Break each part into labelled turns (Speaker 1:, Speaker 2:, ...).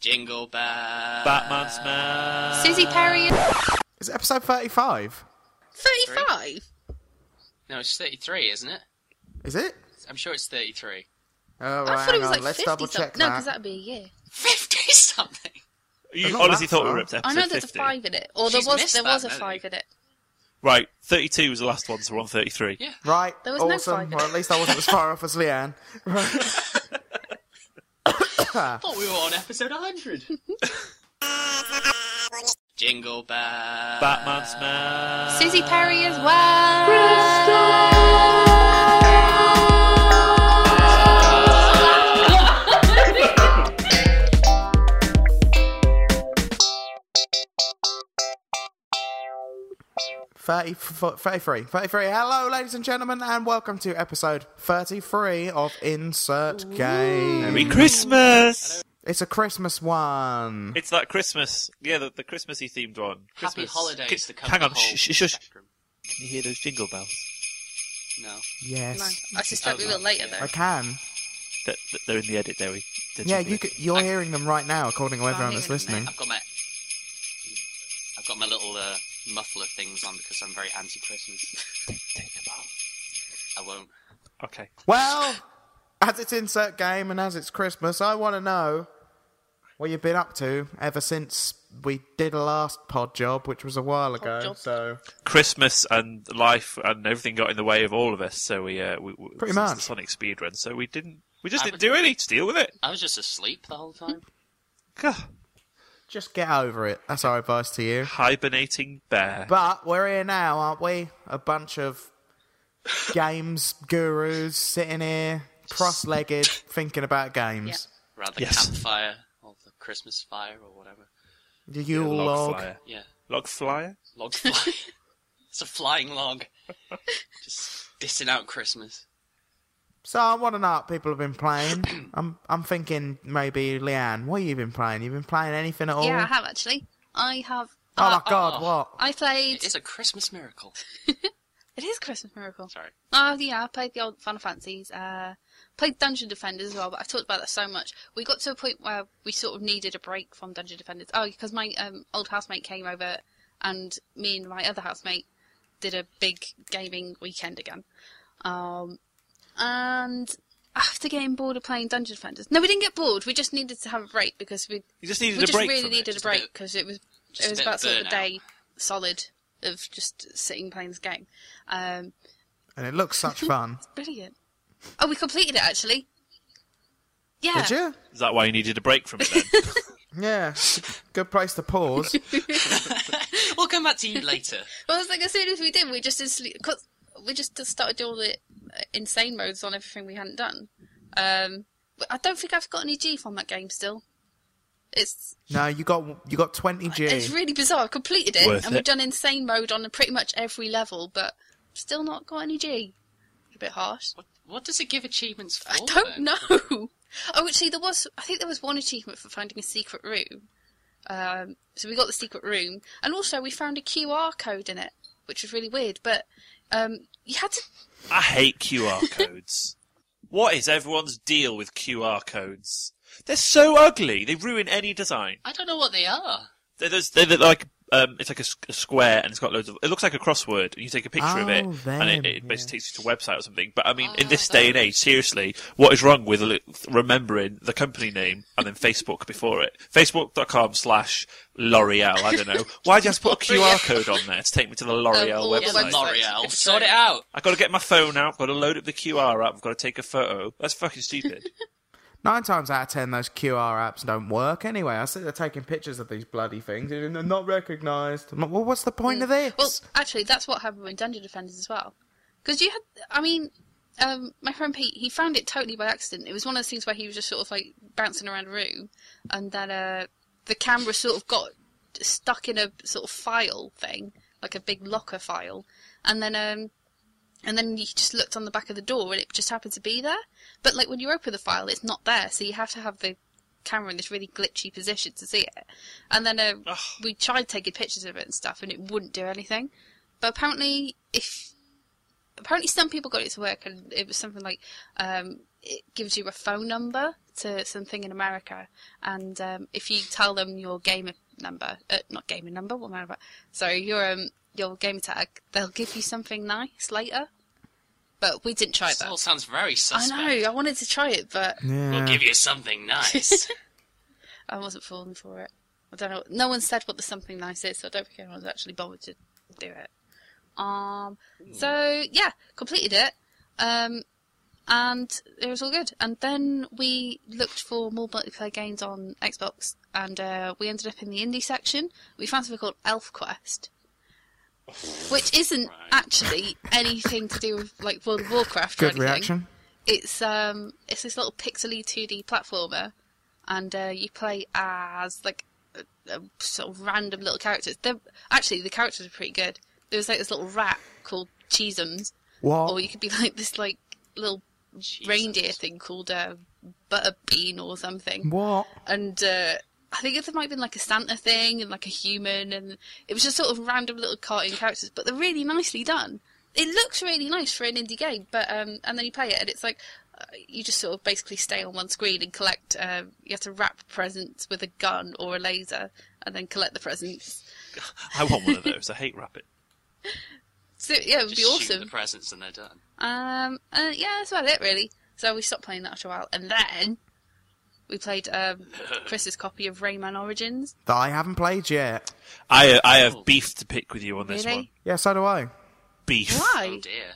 Speaker 1: Jingle bells.
Speaker 2: Batman smash.
Speaker 3: Susie Perry.
Speaker 4: Is it episode 35?
Speaker 3: 35?
Speaker 1: No, it's 33, isn't it?
Speaker 4: Is it?
Speaker 1: I'm sure it's 33.
Speaker 4: Oh,
Speaker 3: I
Speaker 4: right,
Speaker 3: thought it
Speaker 4: hang
Speaker 3: was
Speaker 4: on.
Speaker 3: like
Speaker 4: Let's
Speaker 3: 50
Speaker 4: double
Speaker 3: something.
Speaker 4: check
Speaker 3: No,
Speaker 4: that.
Speaker 3: because that'd be a year.
Speaker 1: 50 something!
Speaker 2: You
Speaker 4: not
Speaker 2: honestly
Speaker 4: that
Speaker 2: thought we
Speaker 4: far.
Speaker 2: were up to episode
Speaker 3: Oh, I know
Speaker 2: 50.
Speaker 3: there's a 5 in it. Or there
Speaker 1: She's
Speaker 3: was
Speaker 1: missed
Speaker 3: there
Speaker 1: that,
Speaker 3: was a
Speaker 1: hasn't
Speaker 3: 5 in it.
Speaker 2: Right, 32 was the last one, so we're on 33.
Speaker 1: Yeah.
Speaker 4: Right,
Speaker 3: There was no
Speaker 4: awesome.
Speaker 3: five in
Speaker 4: well,
Speaker 3: it.
Speaker 4: at least I wasn't as far off as Leanne.
Speaker 1: I thought we were on episode 100. Jingle bells.
Speaker 2: Batman smash.
Speaker 3: Susie Perry as well.
Speaker 4: Thirty, f- 33. 33. Hello, ladies and gentlemen, and welcome to episode 33 of Insert Game.
Speaker 2: Merry Christmas!
Speaker 4: It's a Christmas one.
Speaker 2: It's that Christmas. Yeah, the, the Christmassy themed one.
Speaker 1: Happy
Speaker 2: Christmas.
Speaker 1: holidays
Speaker 2: Ki-
Speaker 1: to come
Speaker 2: Hang
Speaker 1: the
Speaker 2: on,
Speaker 1: whole
Speaker 2: shh, shh, shush.
Speaker 1: spectrum.
Speaker 2: Can you hear those jingle bells?
Speaker 1: No.
Speaker 4: Yes.
Speaker 3: No, I suspect we will later though.
Speaker 4: I can.
Speaker 2: They're, they're in the edit, Derry. They're
Speaker 4: Yeah,
Speaker 2: jumping
Speaker 4: you
Speaker 2: in.
Speaker 4: could, you're hearing them right now, according to everyone that's
Speaker 3: hearing them
Speaker 4: listening.
Speaker 1: I've got my. I've got my little uh, muffler things on because I'm very anti Christmas.
Speaker 2: Take, take them off.
Speaker 1: I won't.
Speaker 2: Okay.
Speaker 4: Well, as it's insert game and as it's Christmas, I want to know what you've been up to ever since we did a last pod job, which was a while ago.
Speaker 3: job.
Speaker 4: So
Speaker 2: Christmas and life and everything got in the way of all of us, so we uh, we, we
Speaker 4: Pretty
Speaker 2: it's
Speaker 4: much.
Speaker 2: the Sonic speed run. So we didn't. We just
Speaker 1: I
Speaker 2: didn't
Speaker 1: would-
Speaker 2: do any to deal with it.
Speaker 1: I was just asleep the whole time.
Speaker 2: Gah.
Speaker 4: just get over it. That's our advice to you.
Speaker 2: Hibernating bear.
Speaker 4: But we're here now, aren't we? A bunch of games gurus sitting here, cross-legged, thinking about games.
Speaker 1: Rather
Speaker 2: Yes.
Speaker 1: campfire or the Christmas fire or whatever.
Speaker 4: The Yule
Speaker 2: log,
Speaker 4: log.
Speaker 2: flyer.
Speaker 1: Yeah.
Speaker 2: Log flyer.
Speaker 1: Log fly. it's a flying log. Just dissing out Christmas.
Speaker 4: So I want to know what people have been playing. I'm I'm thinking maybe Leanne, what have you been playing? You been playing anything at all?
Speaker 3: Yeah, I have actually. I have.
Speaker 4: oh my
Speaker 3: uh,
Speaker 4: god,
Speaker 1: oh.
Speaker 4: what?
Speaker 3: I played.
Speaker 1: It is a Christmas miracle.
Speaker 3: It is Christmas Miracle.
Speaker 1: Sorry.
Speaker 3: Oh yeah, I played the old Final Fancies. Uh, played Dungeon Defenders as well, but I've talked about that so much. We got to a point where we sort of needed a break from Dungeon Defenders. Oh, because my um, old housemate came over, and me and my other housemate did a big gaming weekend again. Um, and after getting bored of playing Dungeon Defenders, no, we didn't get bored. We just needed to have a break because we
Speaker 2: You just needed
Speaker 3: we
Speaker 2: a
Speaker 3: just
Speaker 2: break.
Speaker 3: really
Speaker 2: from it.
Speaker 3: needed
Speaker 1: Just
Speaker 3: a
Speaker 1: a
Speaker 3: break
Speaker 1: bit-
Speaker 3: because it was
Speaker 1: just
Speaker 3: it
Speaker 1: a
Speaker 3: was
Speaker 1: bit
Speaker 3: about
Speaker 1: of
Speaker 3: sort of a
Speaker 1: burnout.
Speaker 3: day solid of just sitting playing this game. Um,
Speaker 4: And it looks such fun.
Speaker 3: brilliant. Oh, we completed it actually. Yeah.
Speaker 4: Did you?
Speaker 2: Is that why you needed a break from it? Then?
Speaker 4: Yeah. Good place to pause.
Speaker 1: We'll come back to you later.
Speaker 3: Well, it's like as soon as we did, we just instantly, 'cause we just started doing all the uh, insane modes on everything we hadn't done. Um, but I don't think I've got any G from that game still. It's
Speaker 4: No, you got you got twenty G.
Speaker 3: it's really bizarre. I've completed it
Speaker 2: Worth
Speaker 3: and
Speaker 2: it.
Speaker 3: we've done insane mode on pretty much every level, but still not got any G. A bit harsh.
Speaker 1: What, what does it give achievements for?
Speaker 3: I
Speaker 1: then?
Speaker 3: don't know. Oh, actually, there was. I think there was one achievement for finding a secret room. Um, so we got the secret room, and also we found a QR code in it, which was really weird. But um, you had to.
Speaker 2: I hate QR codes. what is everyone's deal with QR codes? They're so ugly. They ruin any design.
Speaker 1: I don't know what they are.
Speaker 2: They're, those- they're, they're like um, it's like a, s- a square and it's got loads of. It looks like a crossword. And you take a picture of it
Speaker 4: Oh,
Speaker 2: and it,
Speaker 4: them,
Speaker 2: it basically
Speaker 4: yeah.
Speaker 2: takes you to a website or something. But I mean, in
Speaker 1: Ah,
Speaker 2: this day and age, seriously, what is wrong with li- remembering the company name and then Facebook before it? Facebook.com slash L'Oreal. I don't know. Why do you have to put a QR code on there to take me to the L'Oreal
Speaker 3: all the
Speaker 1: It's
Speaker 2: website?
Speaker 3: websites.
Speaker 1: L'Oreal.
Speaker 3: It's
Speaker 1: Sort
Speaker 3: so-
Speaker 1: it out.
Speaker 2: I've got to get my phone out. I've got to load up the QR app. I've got to take a photo. That's fucking stupid.
Speaker 4: Nine times out of ten, those QR apps don't work anyway. I see they're taking pictures of these bloody things and they're not recognised. I'm like, Well, what's the point of this?
Speaker 3: Well, actually, that's what happened with Dungeon Defenders as well. Because you had. I mean, um, my friend Pete, he found it totally by accident. It was one of those things where he was just sort of like bouncing around a room, and then uh, the camera sort of got stuck in a sort of file thing, like a big locker file, and then um, and then you just looked on the back of the door, and it just happened to be there. But like when you open the file, it's not there, so you have to have the camera in this really glitchy position to see it. And then uh, we tried taking pictures of it and stuff, and it wouldn't do anything. But apparently, if apparently some people got it to work, and it was something like um, it gives you a phone number to something in America, and um, if you tell them your gamer number, uh, not gamer number, what am I on about? Sorry, your um, your gamer tag, they'll give you something nice later. But we didn't try
Speaker 1: This all
Speaker 3: that.
Speaker 1: sounds very
Speaker 3: I
Speaker 1: suspect.
Speaker 3: know. I wanted to try it, but
Speaker 4: Yeah.
Speaker 2: Mm.
Speaker 1: We'll give you something nice.
Speaker 3: I wasn't falling for it. I don't know. No one said what the something nice is, so I don't think anyone's actually bothered to do it. Um. So yeah, completed it. Um, and it was all good. And then we looked for more multiplayer games on Xbox, and uh, we ended up in the indie section. We found something called Elf Quest, which isn't actually anything to do with like World of Warcraft or
Speaker 4: Good
Speaker 3: anything
Speaker 4: reaction.
Speaker 3: it's um it's this little pixely 2D platformer, and uh, you play as like a, a sort of random little characters. They're, actually, the characters are pretty good. There was like this little rat called Cheesums,
Speaker 4: What?
Speaker 3: or you could be like this like little reindeer thing called uh, Butterbean or something
Speaker 4: What?
Speaker 3: and uh, I think there might have been like a Santa thing and like a human, and it was just sort of random little cartoon characters, but they're really nicely done. It looks really nice for an indie game, but um, and then you play it, and it's like uh, you just sort of basically stay on one screen and collect. Um, you have to wrap presents with a gun or a laser, and then collect the presents.
Speaker 2: I want one of those. I hate rabbit.
Speaker 3: So yeah, it would
Speaker 1: Just
Speaker 3: be
Speaker 1: shoot
Speaker 3: awesome.
Speaker 1: the presents and they're done.
Speaker 3: Um, uh, yeah, that's about it really. So we stopped playing that after a while, and then we played um, Chris's copy of Rayman Origins.
Speaker 4: That I haven't played yet.
Speaker 2: I uh, I have beef to pick with you on this
Speaker 3: Oh. Really?
Speaker 2: one.
Speaker 4: Yeah, so do I.
Speaker 2: Beef.
Speaker 3: Why?
Speaker 1: Oh dear.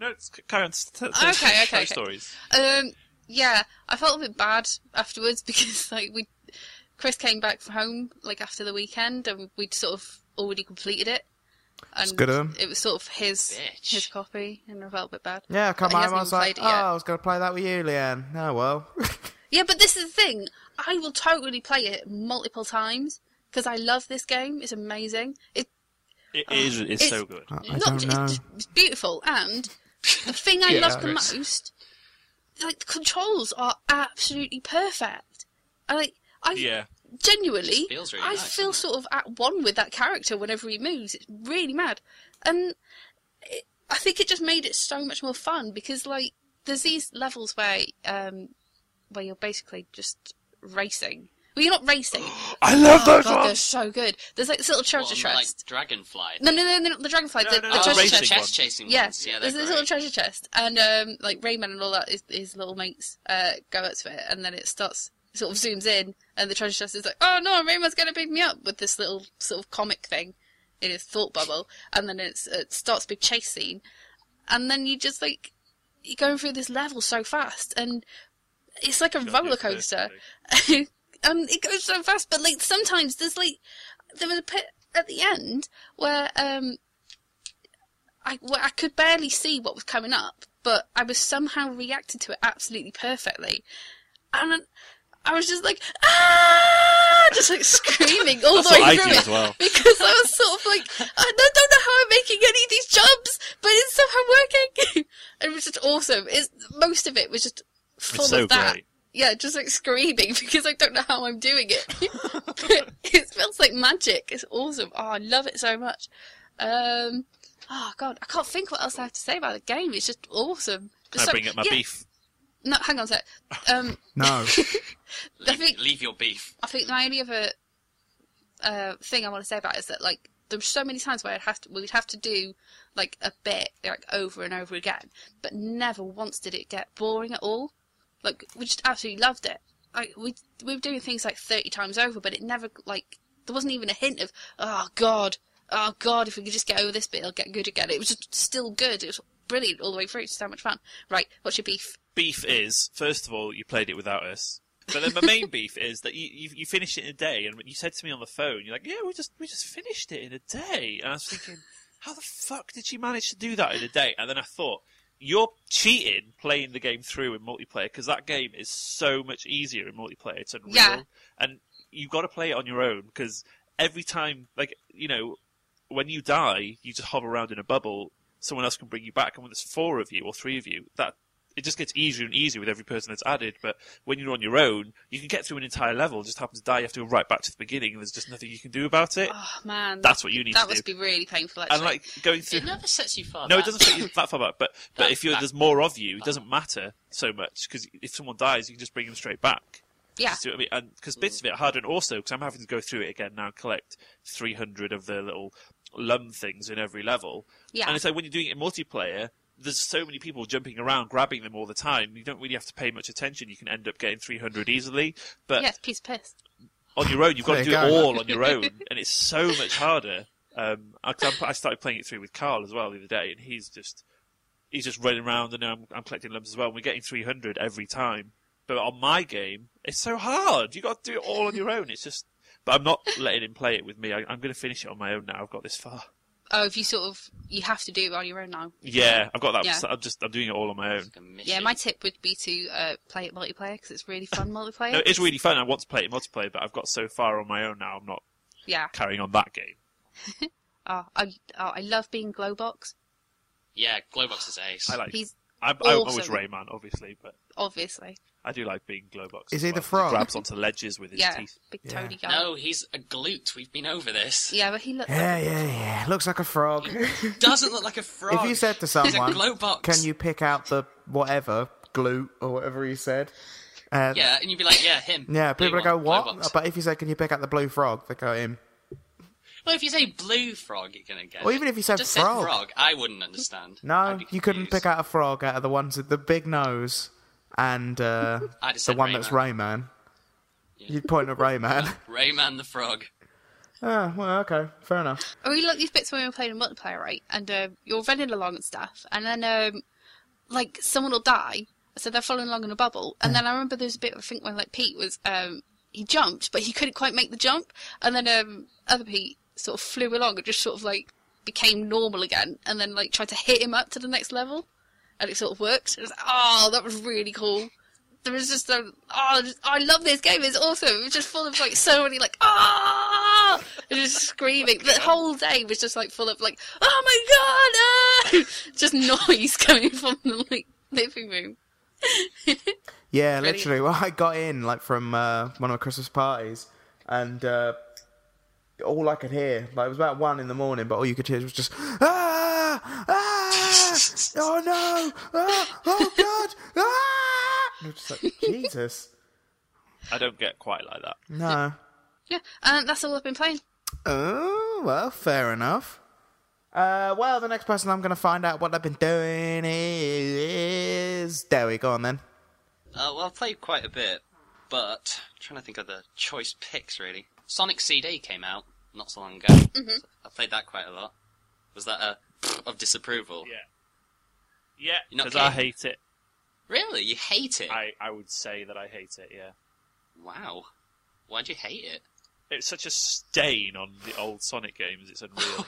Speaker 2: No, it's carry on. T- t-
Speaker 3: Okay,
Speaker 2: tell
Speaker 3: okay,
Speaker 2: tell
Speaker 3: okay.
Speaker 2: stories.
Speaker 3: Um, yeah, I felt a bit bad afterwards because like we, Chris came back from home like after the weekend and we'd sort of already completed it. And
Speaker 4: good of him.
Speaker 3: It was sort of his
Speaker 1: Bitch.
Speaker 3: his copy, and I felt a bit bad.
Speaker 4: Yeah, I come
Speaker 3: He
Speaker 4: home.
Speaker 3: hasn't
Speaker 4: I was
Speaker 3: even
Speaker 4: like,
Speaker 3: played
Speaker 4: oh,
Speaker 3: it yet.
Speaker 4: I was going to play that with you, Leanne. Oh, well.
Speaker 3: Yeah, but this is the thing. I will totally play it multiple times because I love this game. It's amazing. It
Speaker 2: It is. It's,
Speaker 3: Oh. it's- Oh,
Speaker 2: so good.
Speaker 4: I don't know.
Speaker 3: It's, it's beautiful, and the thing I
Speaker 1: Yeah,
Speaker 3: love the
Speaker 1: Chris.
Speaker 3: most, like the controls are absolutely perfect. I like, I
Speaker 2: Yeah.
Speaker 3: genuinely,
Speaker 1: It feels really
Speaker 3: I
Speaker 1: nice,
Speaker 3: feel
Speaker 1: doesn't
Speaker 3: sort of at one with that character whenever he moves. It's really mad, and it, I think it just made it so much more fun because like there's these levels where um where you're basically just racing. Well, you're not racing.
Speaker 2: I love
Speaker 3: oh
Speaker 2: those
Speaker 3: god, they're
Speaker 2: ones.
Speaker 3: so good. There's like this little treasure
Speaker 1: Well, I'm like
Speaker 3: chest.
Speaker 1: dragonfly.
Speaker 3: No, no, no, no, not the dragonfly.
Speaker 2: No,
Speaker 3: the,
Speaker 2: no,
Speaker 3: the
Speaker 2: no,
Speaker 1: oh,
Speaker 3: treasure
Speaker 2: racing
Speaker 1: chest,
Speaker 3: chest.
Speaker 2: one.
Speaker 1: chest chasing
Speaker 3: Yeah,
Speaker 1: ones. Yeah, they're
Speaker 3: there's this little
Speaker 1: great.
Speaker 3: treasure chest, and um, like Rayman and all that, his, his little mates uh, go up to it, and then it starts sort of zooms in, and the treasure chest is like, oh no, Rayman's gonna pick me up with this little sort of comic thing in his thought bubble, and then it's, it starts big chase scene, and then you just like you're going through this level so fast, and it's like a roller coaster and um, it goes so fast. But like sometimes there's like there was a bit at the end where um I where I could barely see what was coming up, but I was somehow reacted to it absolutely perfectly, and. I- I was just like, ah, just like screaming all the
Speaker 2: That's what I
Speaker 3: way through
Speaker 2: do
Speaker 3: it
Speaker 2: as well.
Speaker 3: because I was sort of like, I don't, don't know how I'm making any of these jumps, but it's somehow working. it was just awesome. It's most of it was just full
Speaker 2: so
Speaker 3: of that
Speaker 2: great.
Speaker 3: yeah, just like screaming because I don't know how I'm doing it. But it smells like magic. It's awesome. Oh, I love it so much. Um, oh god, I can't think what else I have to say about the game. It's just awesome.
Speaker 2: Can I
Speaker 3: So-
Speaker 2: bring up my
Speaker 3: yeah,
Speaker 2: beef?
Speaker 3: No, hang on a sec. Um,
Speaker 4: no.
Speaker 3: I
Speaker 1: Leave,
Speaker 3: think-
Speaker 1: leave your beef.
Speaker 3: I think my only other uh, thing I want to say about it is that like there were so many times where I'd have to, we'd have to do like a bit like over and over again, but never once did it get boring at all. Like we just absolutely loved it. Like we we were doing things like thirty times over, but it never like there wasn't even a hint of oh god, oh god, if we could just get over this bit, it'll get good again. It was just still good. It was brilliant all the way through. It's so much fun. Right, what's your beef?
Speaker 2: beef is first of all you played it without us but then my main beef is that you, you you finished it in a day and you said to me on the phone you're like yeah we just we just finished it in a day and i was thinking how the fuck did you manage to do that in a day and then i thought you're cheating playing the game through in multiplayer because that game is so much easier in multiplayer it's unreal
Speaker 3: Yeah.
Speaker 2: and you've got to play it on your own because every time like you know when you die you just hover around in a bubble someone else can bring you back and when there's four of you or three of you that it just gets easier and easier with every person that's added. But when you're on your own, you can get through an entire level. It just happens to die. You have to go right back to the beginning. and There's just nothing you can do about it.
Speaker 3: Oh man,
Speaker 2: That's what you need to
Speaker 3: that
Speaker 2: do.
Speaker 3: must be really painful. Actually,
Speaker 2: and like going through.
Speaker 1: It never sets you far.
Speaker 2: No, it
Speaker 1: back.
Speaker 2: doesn't take you that far back. But but if you're, there's more of you, it doesn't matter so much because if someone dies, you can just bring them straight back.
Speaker 3: yeah, Mm.
Speaker 2: You see what I mean? And because bits of it are harder, and also because I'm having to go through it again now and collect 300 of the little lum things in every level.
Speaker 3: Yeah.
Speaker 2: And it's like when you're doing it in multiplayer, there's so many people jumping around, grabbing them all the time. You don't really have to pay much attention. You can end up getting 300 easily. But
Speaker 3: yeah, it's a piece of piss.
Speaker 2: on your own, you've got
Speaker 4: There
Speaker 2: to do
Speaker 4: you
Speaker 2: it
Speaker 4: go.
Speaker 2: all on your own, and it's so much harder. Um, I, 'cause I'm- I started playing it through with Carl as well the other day, and he's just he's just running around, and I'm, I'm collecting lumps as well. And we're getting 300 every time, but on my game, it's so hard. You got to do it all on your own. It's just, but I'm not letting him play it with me. I, I'm going to finish it on my own now. I've got this far.
Speaker 3: Oh, if you sort of you have to do it on your own now.
Speaker 2: Yeah, I've got that.
Speaker 3: Yeah.
Speaker 2: I'm just I'm doing it all on my own.
Speaker 1: It's like a
Speaker 3: Yeah,
Speaker 1: mission.
Speaker 3: my tip would be to uh, play it multiplayer because it's really fun multiplayer.
Speaker 2: No, it's really fun. I want to play it multiplayer, but I've got so far on my own now. I'm not
Speaker 3: yeah.
Speaker 2: carrying on that game.
Speaker 3: Oh, I oh, I love being Glowbox.
Speaker 1: yeah, Glowbox is ace.
Speaker 2: I like.
Speaker 3: He's
Speaker 2: I'm, I'm always
Speaker 3: awesome.
Speaker 2: Rayman, obviously, but.
Speaker 3: obviously
Speaker 2: I do like being Glowbox.
Speaker 4: Is
Speaker 2: as
Speaker 4: he the
Speaker 2: well.
Speaker 4: frog?
Speaker 2: He grabs onto ledges with his
Speaker 3: yeah,
Speaker 2: teeth.
Speaker 3: big
Speaker 4: Yeah.
Speaker 3: toady guy.
Speaker 1: no, he's a glute. We've been over this.
Speaker 3: Yeah, but he looks.
Speaker 4: Yeah, yeah, yeah. Looks like a frog.
Speaker 1: Doesn't look like a frog.
Speaker 4: If you said to
Speaker 1: he's a
Speaker 4: someone,
Speaker 1: Glowbox.
Speaker 4: "Can you pick out the whatever glute or whatever he said?" Uh,
Speaker 1: Yeah, and you'd be like, yeah, him.
Speaker 4: yeah,
Speaker 1: Blue
Speaker 4: people would go,
Speaker 1: one,
Speaker 4: "What?"
Speaker 1: Glowbox.
Speaker 4: But if you say, "Can you pick out the blue frog?" they go, "Him."
Speaker 1: Well, if you say blue frog, you're gonna get.
Speaker 4: Or
Speaker 1: it.
Speaker 4: even if you said
Speaker 1: Just
Speaker 4: frog.
Speaker 1: Said frog, I wouldn't understand.
Speaker 4: No, you couldn't pick out a frog out of the ones with the big nose and uh,
Speaker 1: I just
Speaker 4: the
Speaker 1: said
Speaker 4: one that's Rayman. You'd point at Rayman.
Speaker 1: Rayman the frog.
Speaker 4: oh, well, okay, fair enough.
Speaker 3: I really like these bits when we were playing in multiplayer, right? And uh, you're running along and stuff, and then um, like someone will die, so they're following along in a bubble. And then I remember there was a bit I think when like Pete was um, he jumped, but he couldn't quite make the jump, and then um, other Pete sort of flew along and just sort of like became normal again, and then like tried to hit him up to the next level, and it sort of worked. It was oh, that was really cool. There was just a oh, just- I love this game. It's awesome. It was just full of like so many like ah, and just screaming. The whole day was just like full of like oh my god, ah! just noise coming from the like living room.
Speaker 4: Yeah, literally. Well, I got in like from uh, one of my Christmas parties, and uh, all I could hear, like it was about one in the morning, but all you could hear was just ah, ah, oh no, ah, oh god, ah. And I was just like, Jesus,
Speaker 2: I don't get quite like that.
Speaker 4: no.
Speaker 3: Yeah, and that's all I've been playing.
Speaker 4: Oh, well, fair enough. Uh, well, the next person I'm going to find out what I've been doing is Dewey. Go on then.
Speaker 1: Uh, well, I've played quite a bit, but I'm trying to think of the choice picks really. Sonic CD came out not so long ago. So I played that quite a lot. Was that a of disapproval?
Speaker 2: Yeah. Yeah,
Speaker 1: You're not
Speaker 2: because I
Speaker 1: kidding.
Speaker 2: hate it.
Speaker 1: Really, you hate it?
Speaker 2: I, I would say that I hate it. Yeah,
Speaker 1: Wow. Why'd you hate it?
Speaker 2: it's such a stain on the old Sonic games. It's unreal.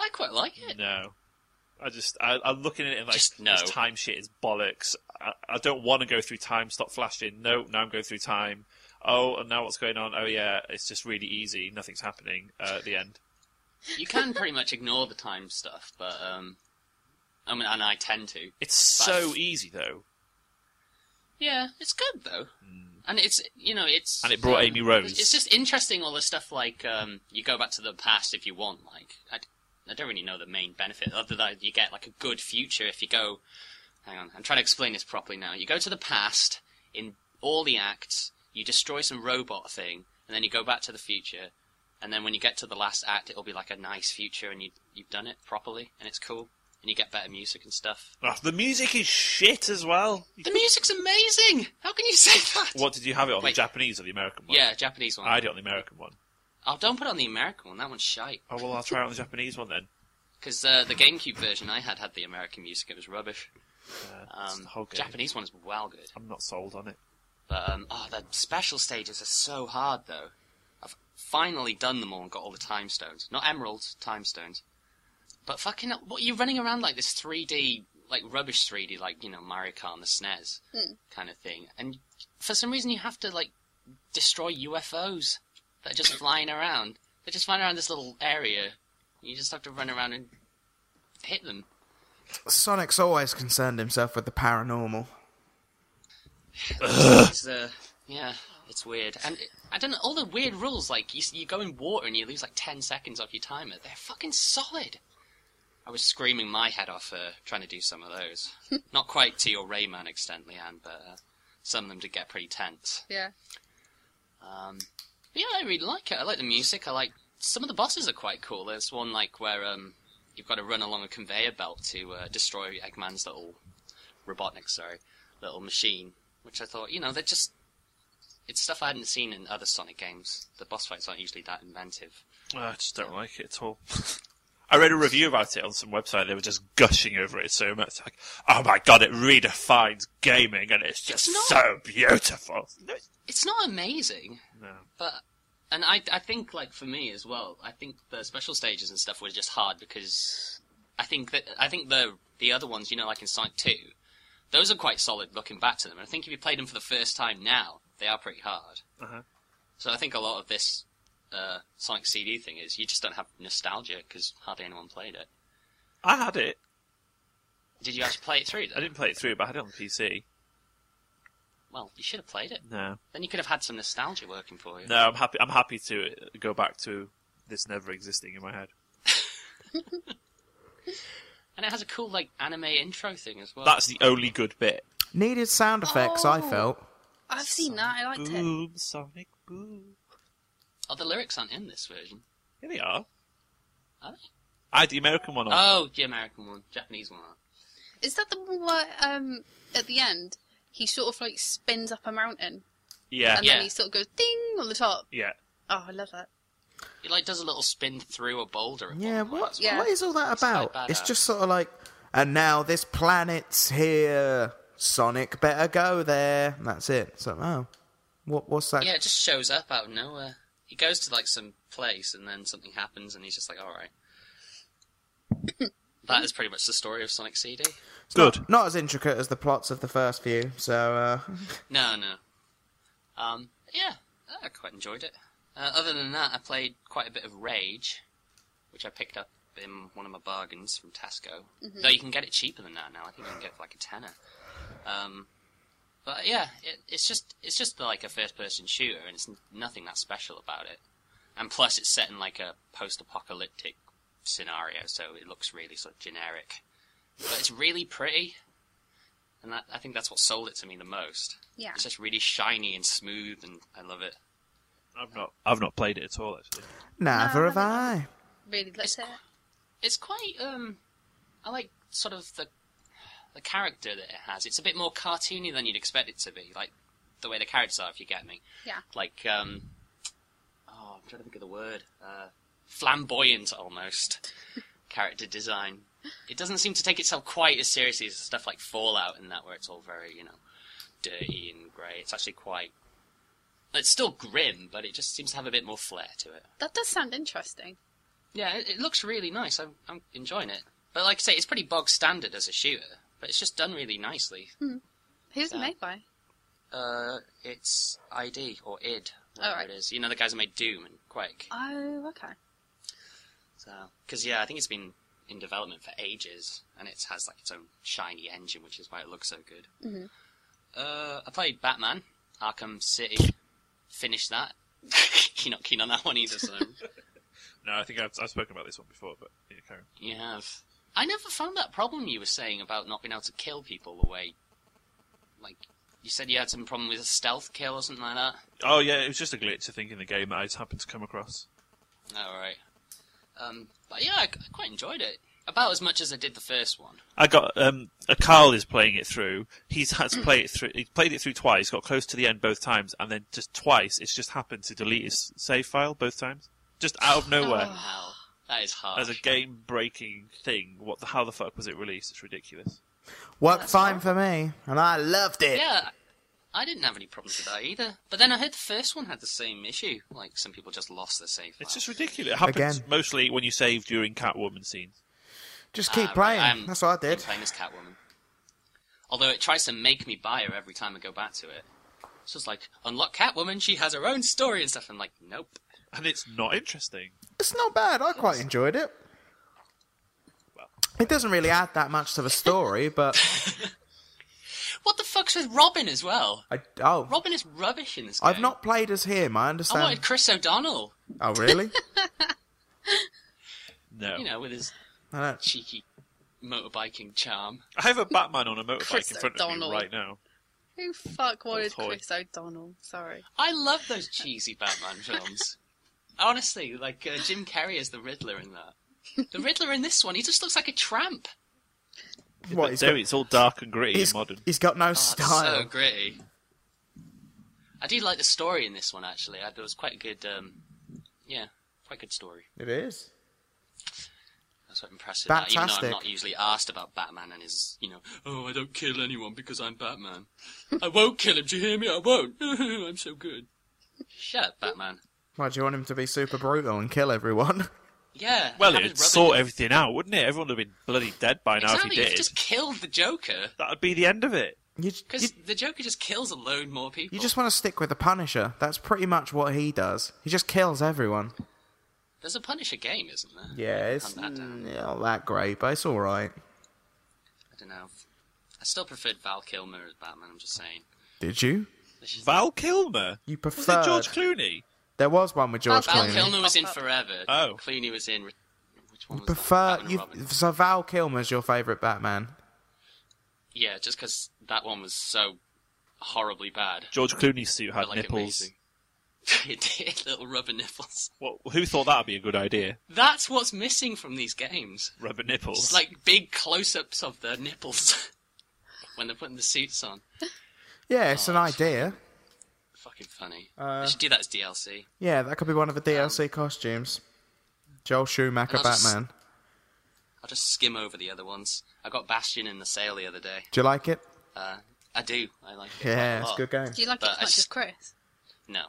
Speaker 1: I quite like it.
Speaker 2: no, I just I, I'm looking at it and like
Speaker 1: Just no.
Speaker 2: this time shit is bollocks. I, I don't want to go through time. Stop flashing. No, now I'm going through time. Oh, and now what's going on? Oh yeah, it's just really easy. Nothing's happening uh, at the end.
Speaker 1: You can pretty much ignore the time stuff, but um, I mean, and I tend to.
Speaker 2: It's so
Speaker 1: That's-
Speaker 2: easy though,
Speaker 1: Yeah, it's good though, and it's you know it's
Speaker 2: Hmm. and it brought
Speaker 1: um,
Speaker 2: Amy Rose.
Speaker 1: It's just interesting all the stuff like um, you go back to the past if you want. Like I, I don't really know the main benefit other than you get like a good future if you go. Hang on, I'm trying to explain this properly now. You go to the past in all the acts, you destroy some robot thing, and then you go back to the future, and then when you get to the last act, it'll be like a nice future, and you you've done it properly, and it's cool, and you get better music and stuff.
Speaker 2: Ah, the music is shit as well.
Speaker 1: The music's amazing. How can you say that?
Speaker 2: What did you have it on?
Speaker 1: Wait.
Speaker 2: The Japanese or the American one?
Speaker 1: Yeah, Japanese one.
Speaker 2: I had it on the American one.
Speaker 1: Oh, don't put it on the American one. That one's shite.
Speaker 2: Oh well, I'll try it on the Japanese one then.
Speaker 1: Because uh, the GameCube version I had had the American music. It was rubbish.
Speaker 2: Uh, it's
Speaker 1: Um,
Speaker 2: the whole game.
Speaker 1: Japanese one is well good.
Speaker 2: I'm not sold on it.
Speaker 1: But um, oh, the special stages are so hard though. I've finally done them all and got all the time stones. Not emeralds, time stones. But fucking, hell, what are you running around like this 3D, like rubbish 3D, like you know Mario Kart on the SNES kind of thing? And for some reason you have to like destroy UFOs that are just flying around. They're just flying around this little area. You just have to run around and hit them.
Speaker 4: Sonic's always concerned himself with the paranormal.
Speaker 1: it's, uh, yeah, it's weird. And it- I don't know, all the weird rules, like you, s- you go in water and you lose like 10 seconds off your timer, they're fucking solid. I was screaming my head off uh, trying to do some of those. Not quite to your Rayman extent, Leanne, but uh, some of them did get pretty tense.
Speaker 3: Yeah.
Speaker 1: Um, but yeah, I really like it. I like the music. I like some of the bosses are quite cool. There's one like where um, you've got to run along a conveyor belt to uh, destroy Eggman's little Robotnik, sorry, little machine. Which I thought, you know, they're just it's stuff I hadn't seen in other Sonic games. The boss fights aren't usually that inventive.
Speaker 2: Uh, I just don't like it at all. I read a review about it on some website. They were just gushing over it so much. Like, oh my god, it redefines gaming, and it's just
Speaker 1: It's not.
Speaker 2: so beautiful. No, it's-
Speaker 1: It's not amazing,
Speaker 2: no.
Speaker 1: but and I I think like for me as well, I think the special stages and stuff were just hard because I think that I think the the other ones, you know, like in Sonic Two, those are quite solid looking back to them. And I think if you played them for the first time now, they are pretty hard.
Speaker 2: Uh-huh.
Speaker 1: So I think a lot of this uh, Sonic CD thing is you just don't have nostalgia because hardly anyone played it.
Speaker 2: I had it.
Speaker 1: Did you actually play it through?
Speaker 2: I
Speaker 1: Then?
Speaker 2: didn't play it through, but I had it on PC.
Speaker 1: Well, you should have played it.
Speaker 2: No,
Speaker 1: Then you could have had some nostalgia working for you.
Speaker 2: no, I'm happy. I'm happy to go back to this never existing in my head.
Speaker 1: And it has a cool like anime intro thing as well.
Speaker 2: That's the only good bit.
Speaker 4: Needed sound effects, I
Speaker 3: Oh.
Speaker 4: felt.
Speaker 3: I've seen that. I liked it.
Speaker 2: Boom, Sonic, boom.
Speaker 1: Oh, the lyrics aren't in this version.
Speaker 2: Here they are.
Speaker 1: Are they?
Speaker 2: I had the American one on.
Speaker 1: Oh, the American one, Japanese one. aren't.
Speaker 3: Is that the one where um, at the end he sort of like spins up a mountain
Speaker 2: yeah,
Speaker 3: and
Speaker 1: Yeah.
Speaker 3: then he sort of goes ding on the top?
Speaker 2: yeah.
Speaker 3: Oh, I love that.
Speaker 1: It like does a little spin through a boulder. At
Speaker 4: Yeah,
Speaker 1: one point
Speaker 4: what,
Speaker 1: as
Speaker 3: Yeah.
Speaker 4: what is all that
Speaker 1: It's quite
Speaker 4: about? It's
Speaker 1: badass.
Speaker 4: just sort of like, and now this planet's here. Sonic better go there. And that's it. So, oh, what, what's
Speaker 1: well.
Speaker 4: that?
Speaker 1: Yeah, it just shows up out of nowhere. He goes to like some place and then something happens and he's just like, all right. that is pretty much the story of Sonic CD.
Speaker 4: It's not-
Speaker 2: Good.
Speaker 4: Not, as intricate as the plots of the first few. So, uh,
Speaker 1: No, no. Um, yeah, I quite enjoyed it. Uh, other than that, I played quite a bit of Rage, which I picked up in one of my bargains from Tesco. Though you can get it cheaper than that now. I think you can get it for like a tenner. Um, but yeah, it, it's just it's just like a first-person shooter, and it's n- nothing that special about it. And plus, it's set in like a post-apocalyptic scenario, so it looks really sort of generic. But it's really pretty, and that, I think that's what sold it to me the most.
Speaker 3: Yeah.
Speaker 1: It's just really shiny and smooth, and I love it.
Speaker 2: I've not. I've not played it at all. Actually,
Speaker 4: neither
Speaker 3: no,
Speaker 4: have
Speaker 3: no.
Speaker 4: I.
Speaker 3: Really liked
Speaker 1: It's
Speaker 3: it.
Speaker 1: It's quite. Um, I like sort of the the character that it has. It's a bit more cartoony than you'd expect it to be, like the way the characters are. If you get me,
Speaker 3: Yeah.
Speaker 1: like um, oh, I'm trying to think of the word. Uh, flamboyant, almost character design. It doesn't seem to take itself quite as seriously as stuff like Fallout and that, where it's all very you know dirty and grey. It's actually quite. It's still grim, but it just seems to have a bit more flair to it.
Speaker 3: That does sound interesting.
Speaker 1: Yeah, it, it looks really nice. I'm, I'm enjoying it. But like I say, it's pretty bog standard as a shooter, but it's just done really nicely.
Speaker 3: Who's it
Speaker 1: Yeah.
Speaker 3: made by?
Speaker 1: Uh, it's ID or ID, whatever
Speaker 3: Alright.
Speaker 1: it is. You know the guys who made Doom and Quake.
Speaker 3: Oh, okay.
Speaker 1: So, because yeah, I think it's been in development for ages, and it has like its own shiny engine, which is why it looks so good. Uh, I played Batman Arkham City. Finished that. You're not keen on that one either, so
Speaker 2: no. I think I've, I've spoken about this one before, but yeah, carry on.
Speaker 1: You have. I never found that problem you were saying about not being able to kill people the way. Like, you said you had some problem with a stealth kill or something like that.
Speaker 2: Oh yeah, it was just a glitch I think in the game that I just happened to come across.
Speaker 1: Alright. Oh, Um, but yeah, I, I quite enjoyed it. About as much as I did the first one.
Speaker 2: I got um, a Carl is playing it through. He's had to play it through. He played it through twice. Got close to the end both times, and then just twice, it's just happened to delete his save file both times, just out of nowhere.
Speaker 1: Wow. That is hard.
Speaker 2: As a game-breaking thing, what the, how the fuck was it released? It's ridiculous.
Speaker 4: Worked fine for me, and I loved it.
Speaker 1: Yeah, I didn't have any problems with that either. But then I heard the first one had the same issue. Like, some people just lost their save.
Speaker 2: It's
Speaker 1: file.
Speaker 2: just ridiculous. It happens
Speaker 4: Again.
Speaker 2: mostly when you save during Catwoman scenes.
Speaker 4: Just
Speaker 1: Ah,
Speaker 4: keep
Speaker 1: right,
Speaker 4: playing.
Speaker 1: I'm-
Speaker 4: That's what I
Speaker 1: been
Speaker 4: did.
Speaker 1: Playing as Catwoman. Although it tries to make me buy her every time I go back to it. It's just like, unlock Catwoman, she has her own story and stuff. I'm like, nope.
Speaker 2: And it's not interesting.
Speaker 4: It's not bad. I quite enjoyed it.
Speaker 2: Well.
Speaker 4: It doesn't really add that much to the story, but
Speaker 1: What the fuck's with Robin as well?
Speaker 4: I, oh,
Speaker 1: Robin is rubbish in this game.
Speaker 4: I've not played as him. I
Speaker 1: I wanted
Speaker 4: understand.
Speaker 1: Chris O'Donnell,
Speaker 4: Oh, really?
Speaker 2: No.
Speaker 1: you know, with his
Speaker 4: I don't-
Speaker 1: cheeky motorbiking charm.
Speaker 2: I have a Batman on a motorbike
Speaker 3: Chris
Speaker 2: in front of
Speaker 3: O'Donnell.
Speaker 2: me right now.
Speaker 3: Who fuck wanted
Speaker 2: toy.
Speaker 3: Chris O'Donnell? Sorry.
Speaker 1: I love those cheesy Batman films. Honestly, like uh, Jim Carrey is the Riddler in that. The Riddler in this one, he just looks like a tramp.
Speaker 4: What,
Speaker 2: But
Speaker 4: he's
Speaker 2: there,
Speaker 4: got-
Speaker 2: it's all dark and gritty
Speaker 4: he's,
Speaker 2: and modern.
Speaker 4: he's got no
Speaker 1: Oh, it's
Speaker 4: style.
Speaker 1: so gritty. I do like the story in this one actually. I, there was quite a good, um, yeah, quite a good story.
Speaker 4: It is.
Speaker 1: That's what impressive. That, even though I'm
Speaker 4: Fantastic.
Speaker 1: not usually asked about Batman and his, you know, oh, I don't kill anyone because I'm Batman. I won't kill him. Do you hear me? I won't. I'm so good. Shut up, Batman.
Speaker 4: Why do you want him to be super brutal and kill everyone?
Speaker 1: Yeah.
Speaker 2: Well,
Speaker 1: have
Speaker 2: it'd
Speaker 1: his
Speaker 2: sort
Speaker 1: rubber-
Speaker 2: everything out, wouldn't it? Everyone would have been bloody dead by now
Speaker 1: Exactly.
Speaker 2: if he
Speaker 1: he
Speaker 2: did.
Speaker 1: just killed the Joker.
Speaker 2: That'd be the end of it.
Speaker 4: You, you,
Speaker 1: Because the Joker just kills a load more people.
Speaker 4: you just want to stick with the Punisher. That's pretty much what he does. He just kills everyone.
Speaker 1: There's a Punisher game, isn't there?
Speaker 4: Yeah, it's
Speaker 1: Hunt that down.
Speaker 4: mm, not that great, but it's all right.
Speaker 1: I don't know. I still preferred Val Kilmer as Batman. I'm just saying.
Speaker 4: Did you?
Speaker 2: Val Kilmer?
Speaker 4: You
Speaker 2: Was
Speaker 4: preferred.
Speaker 2: it George Clooney?
Speaker 4: There was one with George
Speaker 1: Oh, Val
Speaker 4: Clooney.
Speaker 1: Kilmer was in
Speaker 3: Pop up.
Speaker 1: Forever.
Speaker 2: Oh.
Speaker 1: Clooney was in. Which one was that?
Speaker 4: Prefer
Speaker 1: Batman and
Speaker 4: you.
Speaker 1: Robin.
Speaker 4: So Val Kilmer's your favourite Batman.
Speaker 1: Yeah, just because that one was so horribly bad.
Speaker 2: George Clooney's suit had
Speaker 1: but, like,
Speaker 2: nipples.
Speaker 1: amazing. it did, little rubber nipples.
Speaker 2: What, who thought that'd be a good idea?
Speaker 1: That's what's missing from these games.
Speaker 2: Rubber nipples.
Speaker 1: It's like big close ups of their nipples when they're putting the suits on.
Speaker 4: Yeah, it's an idea.
Speaker 1: Fucking funny.
Speaker 4: Uh,
Speaker 1: they should do that as DLC.
Speaker 4: Yeah, that could be one of the DLC costumes. Joel Schumacher
Speaker 1: and I'll just-
Speaker 4: Batman.
Speaker 1: I'll just skim over the other ones. I got Bastion in the sale the other day.
Speaker 4: Do you like it?
Speaker 1: Uh, I do. I like it. quite
Speaker 4: Yeah, it's
Speaker 1: lot.
Speaker 4: a good game.
Speaker 3: Do you like
Speaker 1: But
Speaker 3: it as
Speaker 1: I
Speaker 3: much
Speaker 1: s-
Speaker 3: as Chris?
Speaker 1: No.